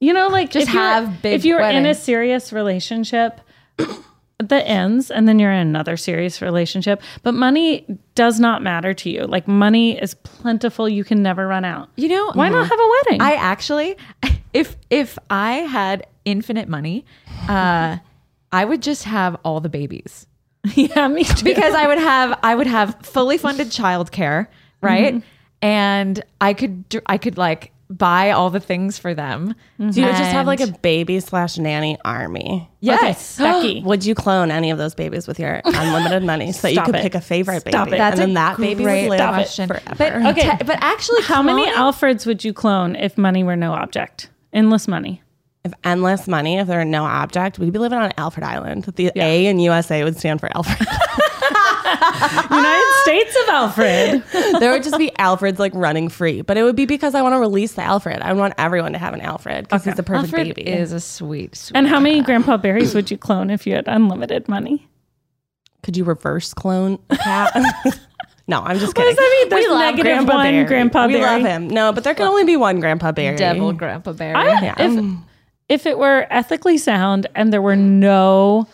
You know, like
Just
if you're-
have big
If you're in a
weddings.
serious relationship, that ends and then you're in another serious relationship. But money does not matter to you. Like money is plentiful. You can never run out.
You know,
Why not have a wedding?
I actually, if if I had infinite money, uh, I would just have all the babies
yeah, me too.
because I would have I would have fully funded childcare, right? And I could do, I could like buy all the things for them.
Mm-hmm. Do you just have like a baby slash nanny army?
yes.
Becky.
Would you clone any of those babies with your unlimited money so that you
Stop
could
it.
pick a favorite
Stop
baby? And
it.
That's
then
a
that baby
great
would live
question.
forever.
But okay, but actually,
How many
cloning-
Alfreds would you clone if money were no object? Endless money.
if endless money, if there were no object, we'd be living on Alfred Island. The A in USA would stand for Alfred.
United States of Alfred.
there would just be Alfreds like running free, but it would be because I want to release the Alfred. I want everyone to have an Alfred because he's the perfect
Alfred
baby.
is a sweet, sweet
And how many Grandpa Berries would you clone if you had unlimited money?
Could you reverse clone a cat? no, I'm just kidding.
I mean, there's
we love
negative
Grandpa
one
Barry.
Grandpa
We love
Barry.
him. No, but there can only be one Grandpa Barry.
devil grandpa Uh, bear.
I,
Mm.
if, if it were ethically sound and there were no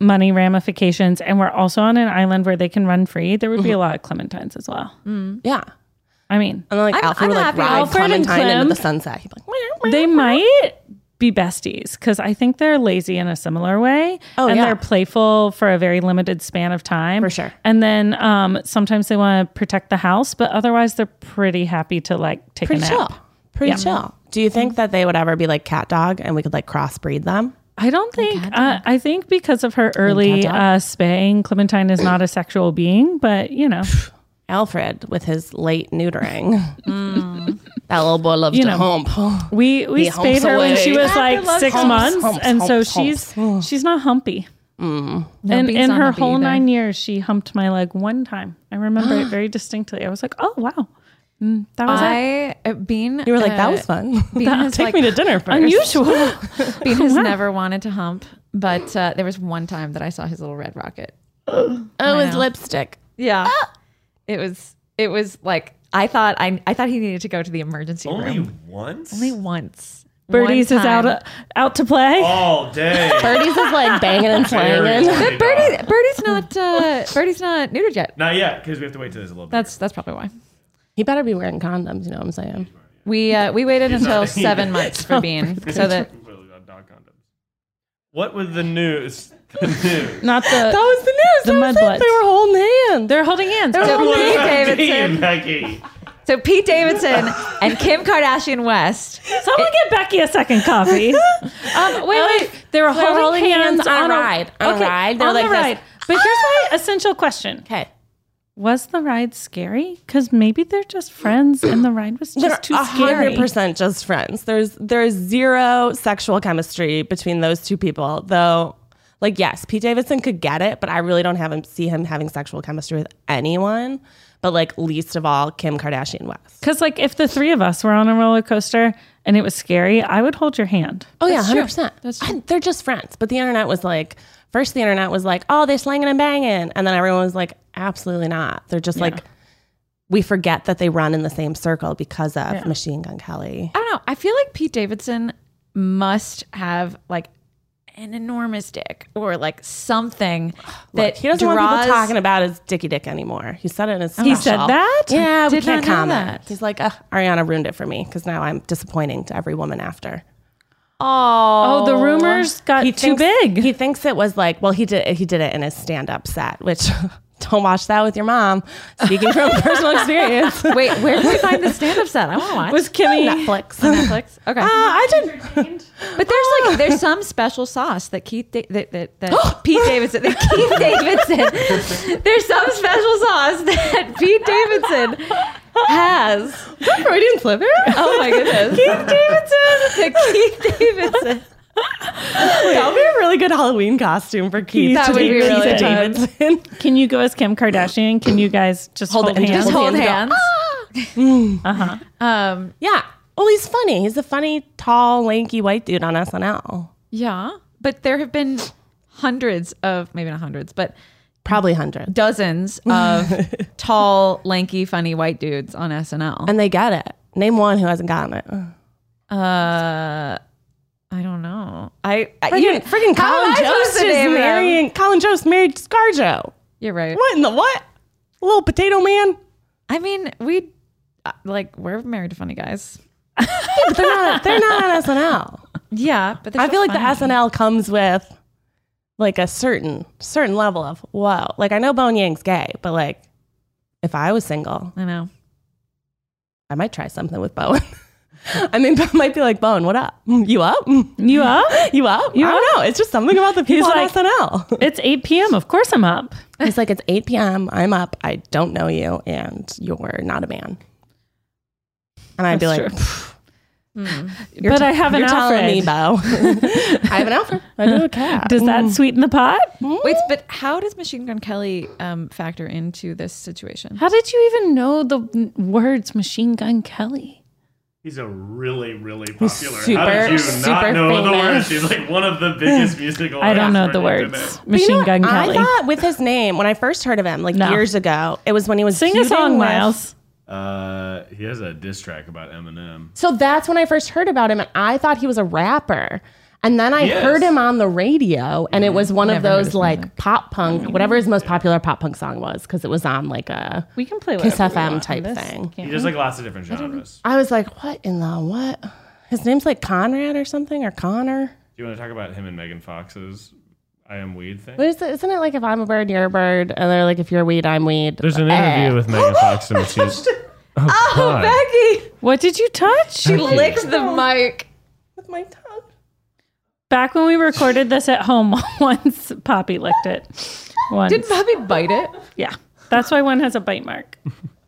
money ramifications and we're also on an island where they can run free, there
Mm-hmm.
would be a lot of clementines as well.
Yeah.
I mean,
And then like
I'm-
Alfred
I'm
would like
happy.
ride
Alfred and
Clementine
Clem-
into the sunset. He'd be like, "Meow, meow."
they might be besties because I think they're lazy in a similar way.
Oh,
and
yeah.
they're playful for a very limited span of time.
For sure.
And then um, sometimes they want to protect the house, but otherwise they're pretty happy to like take
pretty
a
chill.
nap.
Pretty chill. Do you think that they would ever be like cat dog and we could like crossbreed them?
I don't think. Uh, I think because of her early
dog.
uh, spaying, Clementine is not a sexual being, but you know,
Alfred with his late neutering. that little boy loves
You
to
know.
hump.
we we
He humps
spayed her when she
away.
was like
loves
six
humps,
months,
humps,
and so
humps,
she's she's not humpy. and
bees
in
aren't
her
humpy
whole
either.
nine years, she humped my leg one time. I remember it very distinctly. I was like, "Oh wow, Mm, that was it.
I uh, Bean.
You were like,
uh,
that was fun.
Bean has,
Take
like,
me to dinner first.
unusual."
Bean has never wanted to hump, but uh, there was one time that I saw his little red rocket.
Oh,
I
his
know.
lipstick.
Yeah, it was. It was like I thought. I I thought he needed to go to the emergency
Only
room
once?
only once.
Birdies
One
is out
time.
out to play.
Oh.
All day.
Birdie's is like banging and
Very dirty
slanging.
dog.
Birdie, Birdie's not. Uh, Birdie's not neutered yet.
Not yet, because we have to wait till there's a little bit.
That's that's probably why.
He better be wearing condoms, you know what I'm saying?
We uh, we waited until
not-
seven months for Bean, so that
Dog condoms. What was the news? The news.
Not the.
was the news.
The That was mudbloods. it. They were
holding hands.
They're holding hands.
So Pete Davidson.
Damn, Becky.
So Pete Davidson and Kim Kardashian West.
Someone get Becky a second coffee. um, wait, wait. They were holding,
holding
hands,
hands on a ride. On a ride. They were
on
like
the
this. Ah!
ride. But here's my essential question:
Okay.
Was the ride scary? Because maybe they're just friends, and the ride was
Mm. They're
just too scary.
hundred percent just friends. There's there's zero sexual chemistry between those two people, though. Like yes, Pete Davidson could get it, but I really don't have him see him having sexual chemistry with anyone. But like least of all, Kim Kardashian West.
Because like, if the three of us were on a roller coaster and it was scary, I would hold your hand.
Oh yeah, hundred percent. They're just friends. But the internet was like, first the internet was like, oh they're slanging and banging, and then everyone was like, absolutely not. They're just like, we forget that they run in the same circle because of Machine Gun Kelly.
I don't know. I feel like Pete Davidson must have like an enormous dick or like something that
He doesn't
draws,
want people talking about his dicky dick anymore. He said it in his
He said
special.
that?
Yeah, we
Did not
can't
know
comment.
that.
He's like, Ugh, Ariana ruined it for me because now I'm disappointing to every woman after.
Oh,
Oh, the rumors got too
thinks-
big.
He thinks it was like, well, he did he did it in his stand up set, which don't watch that with your mom. Speaking from personal experience,
wait, where can we find the stand-up set? I want to watch.
was Kimmy?
Netflix.
Netflix. Okay,
Uh, I did.
but there's like there's some special sauce that Keith da- that, that, that Pete Davidson that Keith Davidson there's some special sauce that Pete Davidson has.
Freudian slipper.
Oh my goodness, Keith Davidson, Keith Davidson.
That would be a really good Halloween costume for Keith.
That
to
would
be
be
Keith
really fun.
Davidson.
Can you go as Kim Kardashian? Can you guys just hold,
Hold it and
hands?
Just hold
Hold
hands.
hands
Ah. uh-huh. Um,
Yeah. Well, he's funny. He's a funny, tall, lanky white dude on SNL.
yeah, but there have been hundreds of maybe not hundreds, but
Probably hundreds.
dozens of tall, lanky, funny white dudes on SNL.
and they get it. Name one who hasn't gotten it.
Uh, I don't know. I I, I
Freaking, freaking
how am I
Colin
supposed
Jost
to
is
name them?
marrying. Colin Jost married ScarJo.
You're right.
What in the what? Little potato man.
I mean, we uh, like we're married to funny guys.
But they're not. They're not on SNL.
Yeah, but
I feel like the SNL comes with like a certain certain level of whoa. Like I know Bone Yang's gay, but like if I was single,
I know.
I might try something with Bowen. I mean, I might be like Bone, what up? Mm, You up? Mm,
You up?
You up? I don't know. It's just something about the
He's
people
like-
on SNL.
It's 8 p.m. Of course I'm up.
It's like it's 8 p.m. I'm up. I don't know you, and you're not a man. And I'd be
That's
like,
true.
"Pff,
but I have an
you're telling me,
Alfred.
Bo. I have an Alfred. I do a cat.
Does that sweeten the pot?
Hmm?
Wait, but how does Machine Gun Kelly um, factor into this situation?
How did you even know the n- words Machine Gun Kelly?
He's a really, really popular. How
super,
did you
super
not know the
famous.
words? He's like one of the biggest musical.
I don't
acts
know
right
the
now
words.
today.
But you
Machine
know what?
Gun Kelly.
I thought with his name when I first heard of him, like
No.
years ago, it was when he was
Sing a
feuding
song,
with-
Miles.
Uh, he has a diss track about Eminem.
So that's when I first heard about him, and I thought he was a rapper. And then I
Yes.
heard him on the radio, and it was one of
Never heard
those
his
like
music.
pop punk, whatever his most popular pop punk song was, because it was on like a
We can play
Kiss
whatever we
FM
want
type
on this,
thing.
He
can't
does
we?
like lots of different genres.
I was like, what in the what? His name's like Conrad or something, or Connor.
Do you want to talk about him and Megan Fox's "I Am Weed" thing?
What is it? Isn't it like if I'm a bird, you're a bird, and they're like if you're weed, I'm weed.
There's an interview with Megan Fox in which she's. Oh, God.
Uh, Becky,
What did you touch?
she licked the mic.
with my tongue.
Back when we recorded this at home, once Poppy licked it. Once.
Did Bobby bite it?
yeah. That's why one has a bite mark.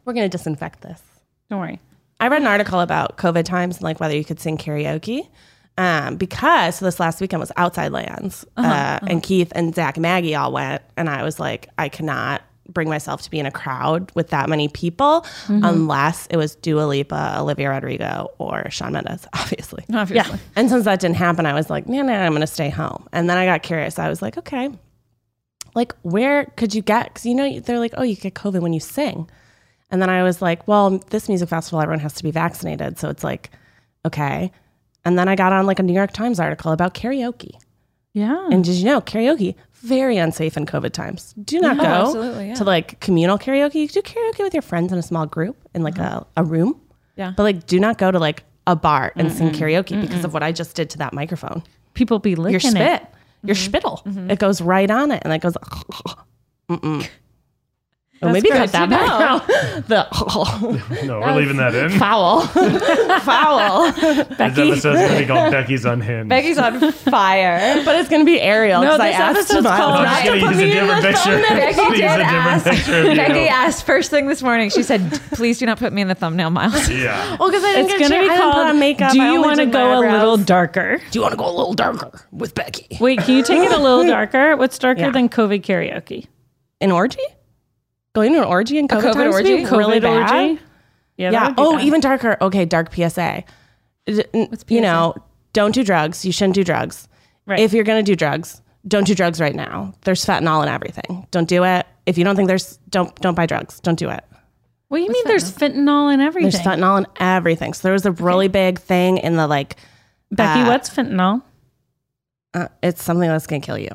We're gonna disinfect this.
Don't worry.
I read an article about COVID times and like whether you could sing karaoke. Um, because so this last weekend was Outside Lands, uh and Keith and Zach and Maggie all went, and I was like, I cannot bring myself to be in a crowd with that many people unless it was Dua Lipa, Olivia Rodrigo, or Sean Mendes, obviously.
Obviously.
And since that didn't happen, I was like, no, no, I'm going to stay home. And then I got curious. I was like, okay, like where could you get? Because you know, they're like, oh, you get COVID when you sing. And then I was like, well, this music festival, everyone has to be vaccinated. So it's like, okay. And then I got on like a New York Times article about karaoke.
Yeah.
And did you know karaoke very unsafe in COVID times? Do not go
absolutely, yeah.
to like communal karaoke. You can do karaoke with your friends in a small group in like
Uh-huh.
a, a room.
Yeah.
But like do not go to like a bar and sing karaoke because of what I just did to that microphone.
People be licking
Your spit.
it.
Your
Mm-hmm.
spittle. It goes right on it and it goes Mm-mm. Oh, maybe
gross.
cut that
You
back out. The
No, we're leaving that in.
foul. foul.
This episode's going to be called Becky's Unhinged.
Becky's on fire.
But it's gonna be Ariel
No,
because I
this
asked
episode's
about
called-
I'm
that.
just going to use a different picture.
Becky
Please,
did
a different
ask.
picture of you.
Becky asked first thing this morning. She said, "Please do not put me in the thumbnail, Miles."
Yeah.
Well, because I didn't
It's
get
going to be
I didn't put
called
on makeup.
Do
I
You
only
Want to
did my
Go a
eyebrows.
Little Darker?
Do you want to go a little darker with Becky?
Wait, can you take it a little darker? What's darker
Yeah.
than COVID karaoke?
An orgy? Going to an orgy in COVID,
COVID
times would
orgy?
be really
COVID
bad.
orgy? Yeah. that
Yeah.
would be
Oh,
bad.
even darker. Okay, dark PSA. D- n- You know, don't do drugs. You shouldn't do drugs.
Right.
If you're going to do drugs, don't do drugs right now. There's fentanyl and everything. Don't do it. If you don't think there's don't don't buy drugs. Don't do it.
What do you mean? There's fentanyl in everything.
There's fentanyl and everything. So there was a really big thing in the like
Becky,
uh,
what's fentanyl?
uh, it's something that's going to kill you.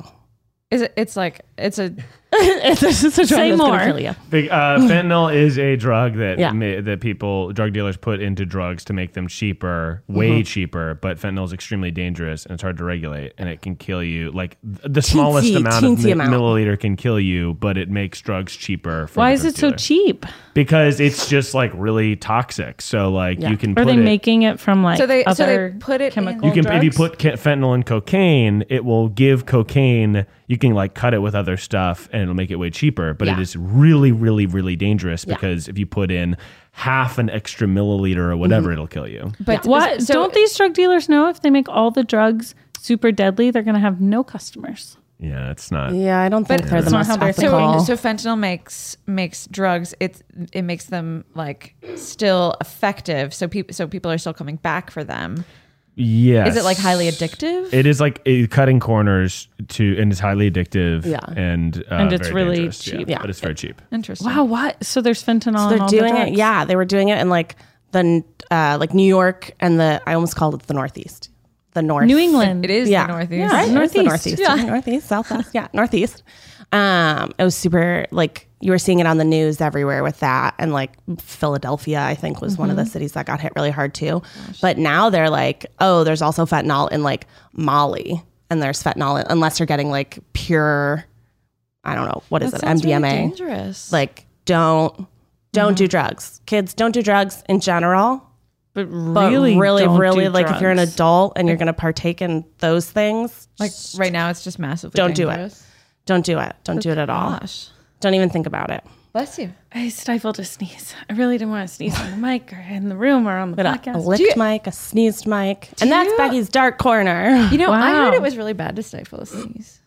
Is it? It's like it's a
it's, it's a drug
Say
that's
more.
going to kill you.
Big, uh, fentanyl is a drug that
Yeah.
ma- that people drug dealers put into drugs to make them cheaper,
Mm-hmm.
way cheaper. But fentanyl is extremely dangerous and it's hard to regulate, and it can kill you. Like th- the smallest
Teensy-
amount of
teensy
mi-
amount.
milliliter can kill you, but it makes drugs cheaper. For
Why
the
is
drug
it so
dealer.
cheap?
Because it's just like really toxic. So like you can
Are
put
they
it,
making it from like
so they
other
so they put it.
chemical
in,
you can if you
drugs?
put ca- fentanyl in cocaine, it will give cocaine. You can like cut it with other stuff, and it'll make it way cheaper. But it is really, really, really dangerous because if you put in half an extra milliliter or whatever, it'll kill you.
but
What
so-
don't these drug dealers know if they make all the drugs super deadly, they're gonna have no customers.
Yeah, it's not.
Yeah, I don't think they're the
not
most
how they're
ethical.
thinking.
So, so fentanyl makes makes drugs. It's it makes them like still effective. So people so people are still coming back for them.
Yes.
Is it like highly addictive?
It is like it, cutting corners to, and it's highly addictive.
Yeah.
and uh,
And it's
very
really
dangerous.
cheap.
Yeah,
Yeah.
but it's very cheap.
Interesting.
Wow, what? So there's fentanyl. in
they're
all the
doing it.
drugs.
Yeah, they were doing it in like the uh, like New York and the I almost called it the Northeast. the north.
New England.
It is
Yeah.
the Northeast.
Yeah.
Right? It was the
Northeast.
northeast, northeast, southwest, yeah, northeast. Um, it was super like you were seeing it on the news everywhere with that, and like Philadelphia, I think, was one of the cities that got hit really hard too. But now they're like, oh, there's also fentanyl in like Molly, and there's fentanyl unless you're getting like pure, I don't know, what is
That
it,
sounds really
MDMA?
dangerous.
Like, don't don't
Mm-hmm.
do drugs, kids. Don't do drugs in general
But
but
really,
really, really,
don't do
like if you're an
drugs.
adult and you're going to partake in those things,
like right now, it's just massively.
Don't do it.
dangerous.
don't do it. Don't do it at all.
Gosh,
Don't even think about it.
bless you.
I stifled a sneeze. I really didn't want to sneeze on the mic or in the room or on the
A
podcast.
licked mic, a sneezed mic, and that's
you-
Becky's dark corner.
You know, I heard
Wow.
it was really bad to stifle a sneeze.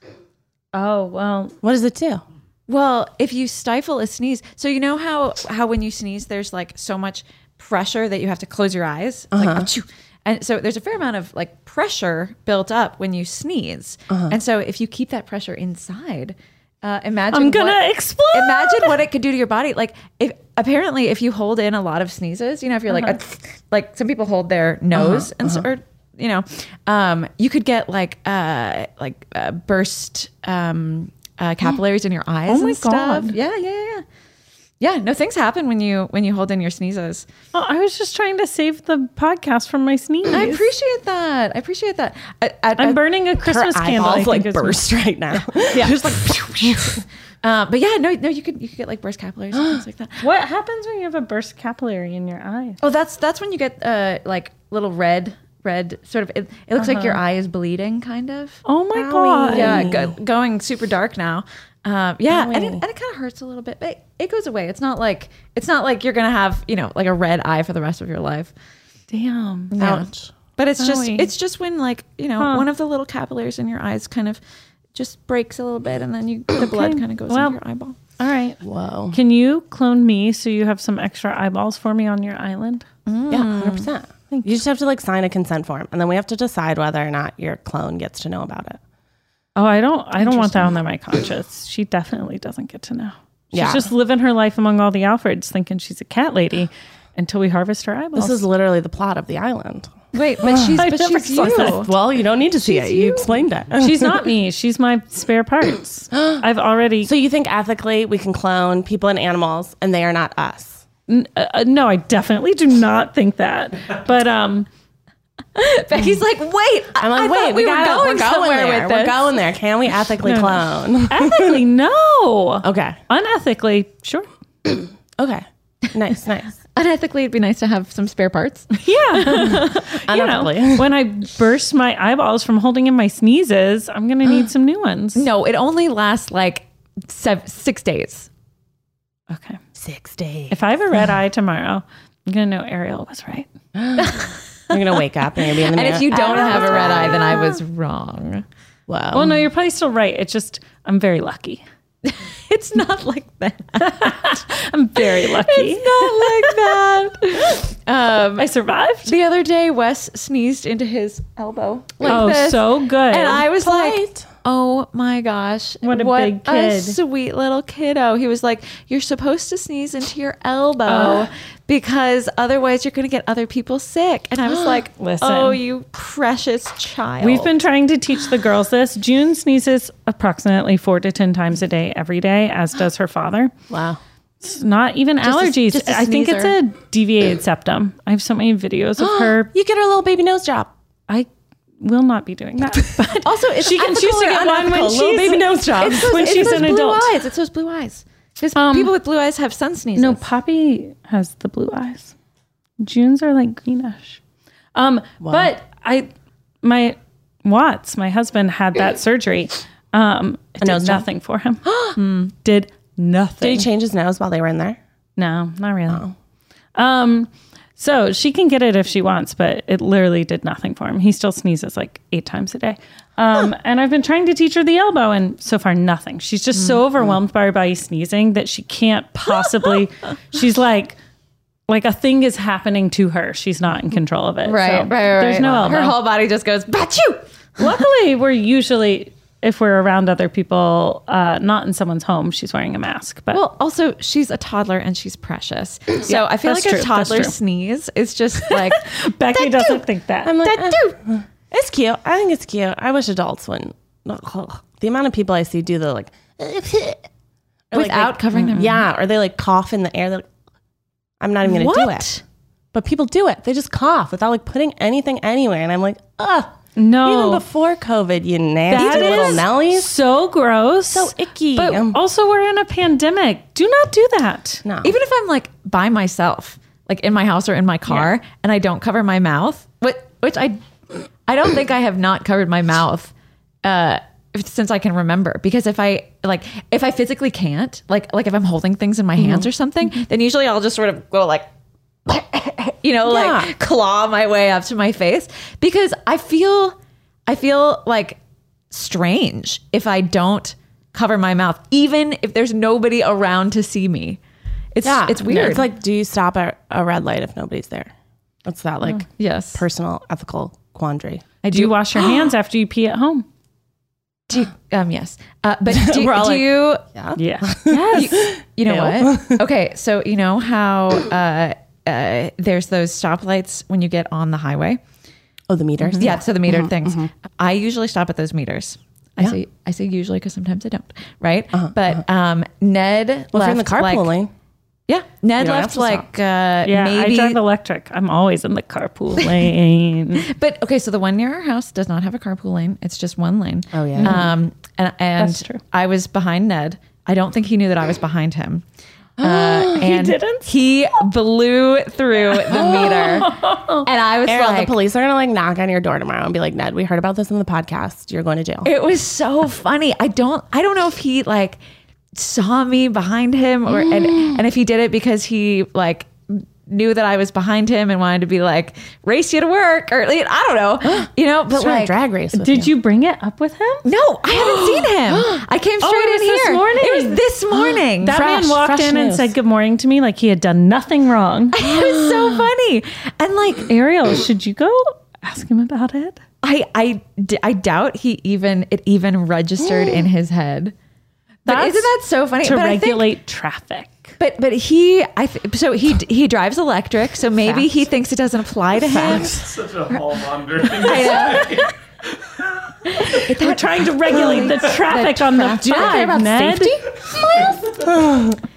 Oh well,
What does it do?
Well, if you stifle a sneeze, so you know how how when you sneeze, there's like so much pressure that you have to close your eyes, It's
Uh-huh.
like achoo. and so there's a fair amount of like pressure built up when you sneeze,
Uh-huh.
and so if you keep that pressure inside, uh, imagine
I'm gonna
what-
explode.
Imagine what it could do to your body. Like if apparently if you hold in a lot of sneezes, you know, if you're like
Uh-huh.
a, like some people hold their nose and so, or you know, um, you could get like uh like uh, burst um uh, capillaries in your eyes
Oh my
and stuff.
God.
Yeah, yeah, yeah, yeah. Yeah, no things happen when you when you hold in your sneezes.
Oh, I was just trying to save the podcast from my sneeze.
I appreciate that. I appreciate that. I, I, I-
I'm burning a Christmas candle. I
Eyeballs
think
like
is-
burst right now. Yeah, just like
uh, but yeah, no, no, you could you could get like burst capillaries and things like that.
What happens when you have a burst capillary in your eye?
Oh, that's that's when you get uh like little red red sort of it, it looks like your eye is bleeding kind of.
Oh my
Owie.
god!
Yeah, go, going super dark now. Um, yeah, and it,
Owie.
and it kind of hurts a little bit, but it, it goes away. It's not like it's not like you're gonna have you know like a red eye for the rest of your life.
Damn.
Yeah.
ouch.
But it's just
Owie.
it's just when like you know
Huh.
one of the little capillaries in your eyes kind of just breaks a little bit, and then you the blood
Okay.
kind of goes
Well,
into your eyeball.
All right.
Whoa.
Can you clone me so you have some extra eyeballs for me on your island?
Yeah, hundred percent. You just have to like sign a consent form, and then we have to decide whether or not your clone gets to know about it.
Oh, I don't. I don't want that on my conscience. She definitely doesn't get to know. She's
Yeah.
just living her life among all the Alfreds, thinking she's a cat lady, until we harvest her eyeballs.
This is literally the plot of the island.
Wait, but she's
I
but
never
she's
saw that.
you.
Well, you don't need to see it. You explained it.
She's not me. She's my spare parts. I've already.
So you think ethically we can clone people and animals, and they are not us?
n- uh, uh, no, I definitely do not think that. But um,
Becky's like, wait, I'm
I'm like, wait, we,
we, were
got
going,
we're going
somewhere
there.
with
we're
this.
going there. Can we ethically clone?
ethically, no.
okay,
Unethically, sure.
okay, nice, nice.
Unethically, it'd be nice to have some spare parts.
Yeah. you know,
Unethically.
when I burst my eyeballs from holding in my sneezes, I'm gonna need some new ones.
No, it only lasts like seven, six days.
Okay.
Six days.
If I have a red eye tomorrow, I'm gonna know Ariel was right.
You're gonna wake up and you're gonna be in the
And if
mirror,
you don't have a red eye, then I was wrong.
whoa,
Well, no, you're probably still right. It's just I'm very lucky.
It's not like that.
I'm very lucky.
Not like that. Um,
I survived.
the other day, Wes sneezed into his elbow. Like
oh,
this.
so good.
And I was like,
Polite.
oh my gosh.
What a big
a
kid.
sweet little kiddo. He was like, you're supposed to sneeze into your elbow
Oh.
because otherwise you're going to get other people sick. And I was like,
Listen.
oh, you precious child.
We've been trying to teach the girls this. June sneezes approximately four to ten times a day every day, as does her father.
wow.
It's not even
a-
allergies.
just a
I think it's
sneezer.
a deviated septum. I have so many videos of her.
You get her a little baby nose job.
I will not be doing that. But
Also, it's
she can
ethical
choose to
or
get one when
unethical?
she's
Little baby
nose job.
It's those-
when
it's
she's
those
an
blue
adult.
Eyes. It's those blue eyes. Because
Um,
people with blue eyes have sun sneezes.
No, Poppy has the blue eyes. June's are like greenish. Um, but I, my Watts, my husband had that surgery. Um, it did
nose job?
nothing for him. Mm, did nothing.
Did he change his nose while they were in there?
No, not really.
Oh.
Um, so she can get it if she wants, but it literally did nothing for him. He still sneezes like eight times a day. Um, And I've been trying to teach her the elbow, and so far nothing. She's just
Mm-hmm.
so overwhelmed by her body sneezing that she can't possibly. she's like, like a thing is happening to her. She's not in control of it. So There's no elbow.
Her whole body just goes, but you.
Luckily, we're usually if we're around other people, uh, not in someone's home. She's wearing a mask, but
Well, also, she's a toddler and she's precious. So I feel like
that's
a
true, that's
toddler
true.
sneeze is just like,
Becky doesn't think that.
I'm like,
that
eh.
do.
It's cute. I think it's cute. I wish adults wouldn't. The amount of people I see do the like, or like-
Without
like-
covering their mouth.
Yeah, or they like cough in the air. They're like, I'm not even gonna do it. But people do it. They just cough without like putting anything anywhere, and I'm like, ugh. Even
No.
before COVID, you nasty
That
little
is
Nellies.
so Oh, gross.
So icky.
But
Um,
also, we're in a pandemic. Do not do that.
No.
Even if I'm like by myself, like in my house or in my car, and I don't cover my mouth, which, which I, I don't think I have not covered my mouth uh, since I can remember. Because if I like, if I physically can't, like, like if I'm holding things in my hands or something, then usually I'll just sort of go like, you know,
Yeah.
like claw my way up to my face because I feel, I feel like strange if I don't cover my mouth, even if there's nobody around to see me. It's
Yeah,
it's weird.
It's like, do you stop at a red light if nobody's there? That's that like
yes,
personal ethical quandary.
I
Do you wash your hands after you pee at home?
Do you- um, yes, uh, but do, do
We're all like,
you?
Yeah.
You know what? Okay, so you know how uh, uh, there's those stoplights when you get on the highway.
Oh, the meters.
Yeah, Mm-hmm, so the metered things. I usually stop at those meters. I say I say usually because sometimes I don't. Right, but um, Ned
Well, if
left
you're in the carpool
like
lane,
yeah, Ned
you don't have
left
to stop.
like uh,
Yeah.
maybe
I drive electric. I'm always in the carpool lane.
But okay, so the one near our house does not have a carpool lane. It's just one lane. Oh yeah. Um, and and
That's true.
I was behind Ned. I don't think he knew that I was behind him. Uh, and
didn't?
He blew through the meter, and I was
Errol,
like,
the police are gonna like knock on your door tomorrow and be like, Ned, we heard about this in the podcast. You're going to jail.
It was so funny. I don't I don't know if he like saw me behind him or and, and if he did it because he like knew that I was behind him and wanted to be like race you to work or like, I don't know. You know, but
It's not
like
a drag race. With
Did you bring it up with him?
No, I haven't seen him. I came straight
it was
in
this
here.
morning.
Oh, It was this morning.
That
Fresh,
man walked
fresh
in and
news.
said good morning to me like he had done nothing wrong.
it was so funny. And like
Ariel, should you go ask him about it?
I I d- I doubt he even it even registered in his head. But
That's
isn't that so funny?
To
but I think-
regulate traffic.
But but he I th- so he he drives electric, so maybe he thinks it doesn't apply to him.
Such a hall monitor.
We're trying to regulate the traffic on the
Do you not care
five,
about
Ned.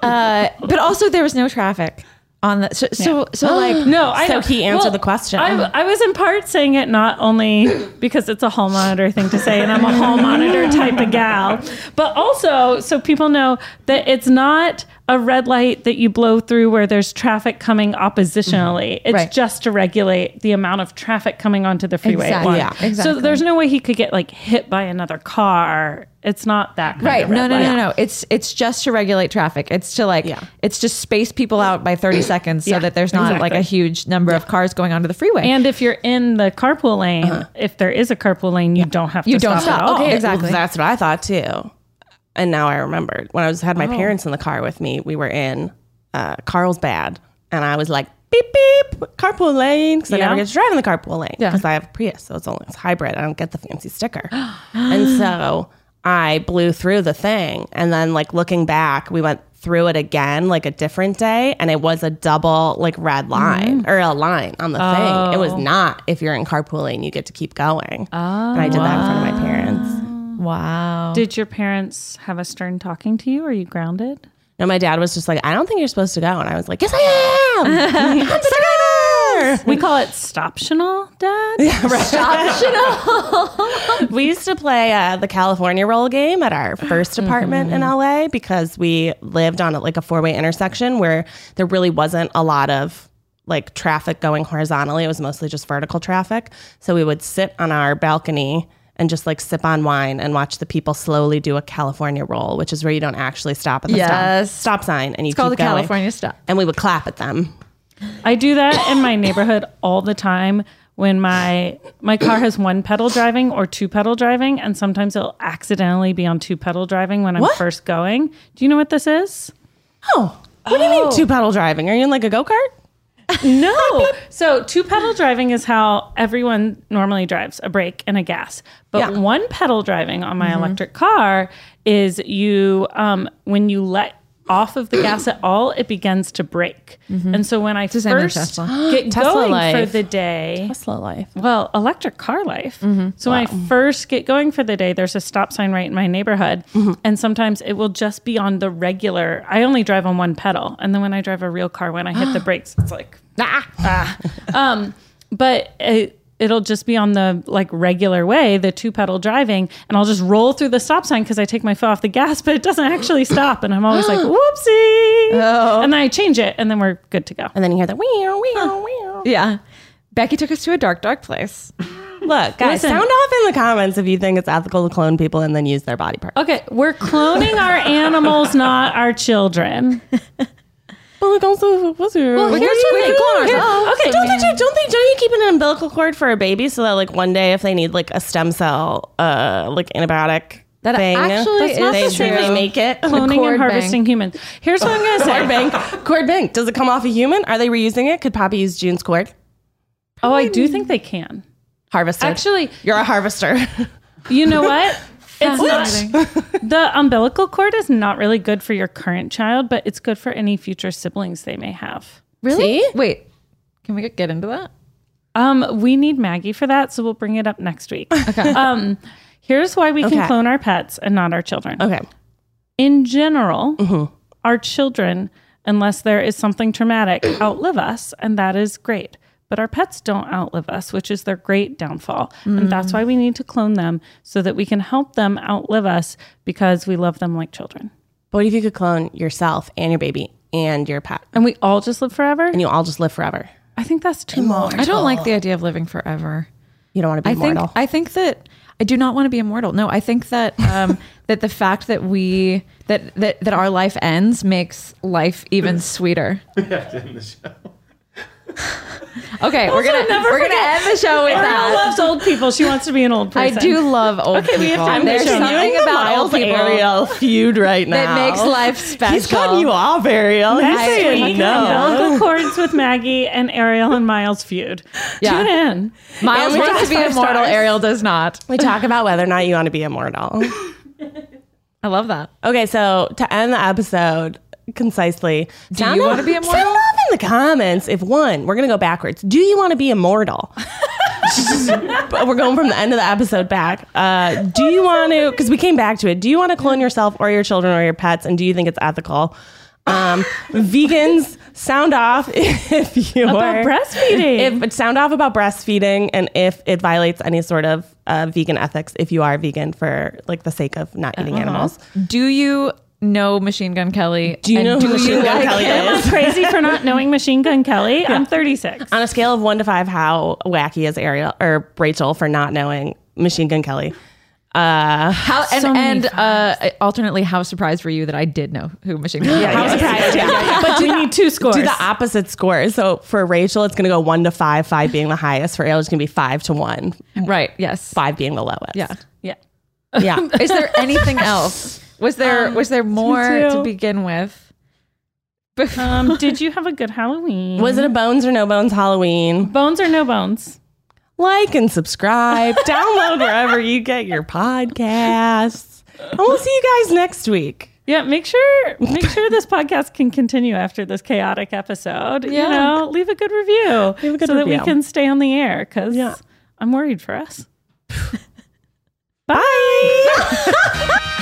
Uh, but also there was no traffic on the so so, so like
No, I
So
know.
he answered the question.
I, I was in part saying it not only because it's a hall monitor thing to say, and I'm a hall monitor type of gal, but also so people know that it's not a red light that you blow through where there's traffic coming oppositionally.
Mm-hmm.
It's
Right.
just to regulate the amount of traffic coming onto the freeway. at
Exactly.
once.
Yeah,
So
exactly.
there's no way he could get like hit by another car. It's not that kind
Right.
Of red
No, no, no,
light.
no. It's it's just to regulate traffic. It's to like
Yeah.
it's just space people out by 30 seconds so
Yeah,
that there's not like
exactly.
a huge number of cars going onto the freeway.
And if you're in the carpool lane, if there is a carpool lane, you don't have to
Uh-huh. You don't
stop. At
stop.
all.
Okay,
Well,
exactly.
that's what I thought too. And now I remembered when I was had my
Oh.
parents in the car with me. We were in uh, Carlsbad, and I was like beep beep carpool lane because I never
Yeah.
get to drive in the carpool lane
Yeah.
because I have Prius, so it's only it's hybrid. I don't get the fancy sticker, and so I blew through the thing. And then like looking back, we went through it again like a different day, and it was a double like
Mm.
red line or a line on the thing.
Oh.
It was not if you're in carpool lane, you get to keep going. and I did that in
Ah.
front of my parents.
wow.
Did your parents have a stern talking to you? Are you grounded?
And my dad was just like, I don't think you're supposed to go. And I was like, Yes, I am. I'm the driver.
We call it stoptional, Dad.
We used to play uh, the California roll game at our first
Mm-hmm.
apartment in LA because we lived on like a four way intersection where there really wasn't a lot of like traffic going horizontally. It was mostly just vertical traffic. So we would sit on our balcony and just like sip on wine and watch the people slowly do a California roll, which is where you don't actually stop at the
Yes.
stop, stop sign and you
It's called the
keep going.
California stop.
And we would clap at them.
I do that in my neighborhood all the time when my my car has one pedal driving or two pedal driving, and sometimes it'll accidentally be on two pedal driving when I'm
What?
first going. Do you know what this is?
Oh, what do you mean two pedal driving? Are you in like a go kart?
No. so two pedal driving is how everyone normally drives a brake and a gas. But
Yeah.
Mm-hmm.
one pedal driving on my electric car is you um, when you let off of the gas at all, it begins to break.
Mm-hmm.
And so when I
the same with
first
Tesla.
get
Tesla
going for
life.
the day,
Slow life.
well, electric car life. So when I first get going for the day, there's a stop sign right in my neighborhood, and sometimes it will just be on the regular. I only drive on one pedal, and then when I drive a real car, when I hit the brakes, it's like ah. ah. Um, but it, it'll just be on the like regular way, the two pedal driving, and I'll just roll through the stop sign because I take my foot off the gas, but it doesn't actually stop, and I'm always like whoopsie, and then I change it, and then we're good to go.
And then you hear the wee wee wee.
Yeah. Becky took us to a dark, dark place.
Look, guys,
Listen.
sound off in the comments if you think it's ethical to clone people and then use their body parts.
Okay, we're cloning our animals, not our children.
Well, look, also, what's your? Well,
here's the thing. Here-
Okay, don't they do? Don't they? Don't you keep an umbilical cord for a baby so that, like, one day if they need like a stem cell, uh, like antibiotic
That
thing,
actually
that's not
is
they,
true.
they make it
Cloning
cord
and harvesting humans. Here's what I'm going to
cord
say.
bank. Cord bank. Does it come off a human? Are they reusing it? Could Poppy use June's cord?
Oh, I do think they can.
Harvester.
Actually,
you're a harvester.
you know what? It's not, the umbilical cord is not really good for your current child, but it's good for any future siblings they may have.
Really? Wait. Can we get into that?
Um, we need Maggie for that, so we'll bring it up next week. Okay. Um, here's why we
Okay.
can clone our pets and not our children.
okay.
in general,
Mm-hmm.
our children, unless there is something traumatic, outlive us, and that is great. But our pets don't outlive us, which is their great downfall. And that's
Mm.
why we need to clone them so that we can help them outlive us because we love them like children.
But what if you could clone yourself and your baby and your pet,
And we all just live forever.
and you all just live forever?
I think that's too much.
I don't like the idea of living forever.
You don't want to be
I think
immortal.
I think that I do not want to be immortal. No, I think that um, that the fact that we that, that that our life ends makes life even sweeter. Okay, we're gonna
never
we're gonna
forget-
end the show with
Ariel
that.
loves old people. She wants to be an old
I
person.
do love old people.
we have time to
There's
show.
something about old
Miles
people
Ariel feud right now.
that makes life special.
He's cutting you off, Ariel. He's
I-
saying
Like
no.
umbilical cords with Maggie and Ariel and Miles feud.
Yeah.
Tune in.
Miles
And we
wants to be
got five
immortal.
stars.
Ariel does not.
We talk about whether or not you want to be immortal.
I love that.
Okay, so to end the episode concisely, do
you wanna be immortal?
Sound off in the comments if one, we're gonna go backwards. Do you want to be immortal? but we're going from the end of the episode back. Uh, do you want to? Because we came back to it. Do you want to clone yourself or your children or your pets? And do you think it's ethical? Um, vegans, sound off if you
About
are
breastfeeding.
if but sound off about breastfeeding and if it violates any sort of uh, vegan ethics if you are vegan for like the sake of not
Uh-huh.
eating animals.
Do you know Machine Gun Kelly?
Do you
And
know who Machine Gun
like
Kelly
him?
is?
Am I crazy for not knowing Machine Gun Kelly? I'm 36.
On a scale of one to five, how wacky is Ariel or Rachel for not knowing Machine Gun Kelly?
How and
So
and
many
uh, alternately, how surprised were you that I did know who Machine Gun Kelly?
How
was?
surprised! Yeah,
But we need two scores.
Do the opposite score. So for Rachel, it's going to go one to five, five being the highest. For Ariel, it's going to be five to one,
Right. Yes.
five being the lowest.
Yeah.
yeah.
yeah.
Is there anything else? Was there was there more
Um, too.
to begin with? Before-
Um, did you have a good Halloween?
Was it a bones or no bones Halloween?
bones or no bones?
Like and subscribe, download wherever you get your podcasts, and we'll see you guys next week.
Yeah, make sure make sure this podcast can continue after this chaotic episode.
Yeah.
You know, leave a good review
Leave a good
so that we
review.
can stay on the air because
Yeah.
I'm worried for us.
Bye.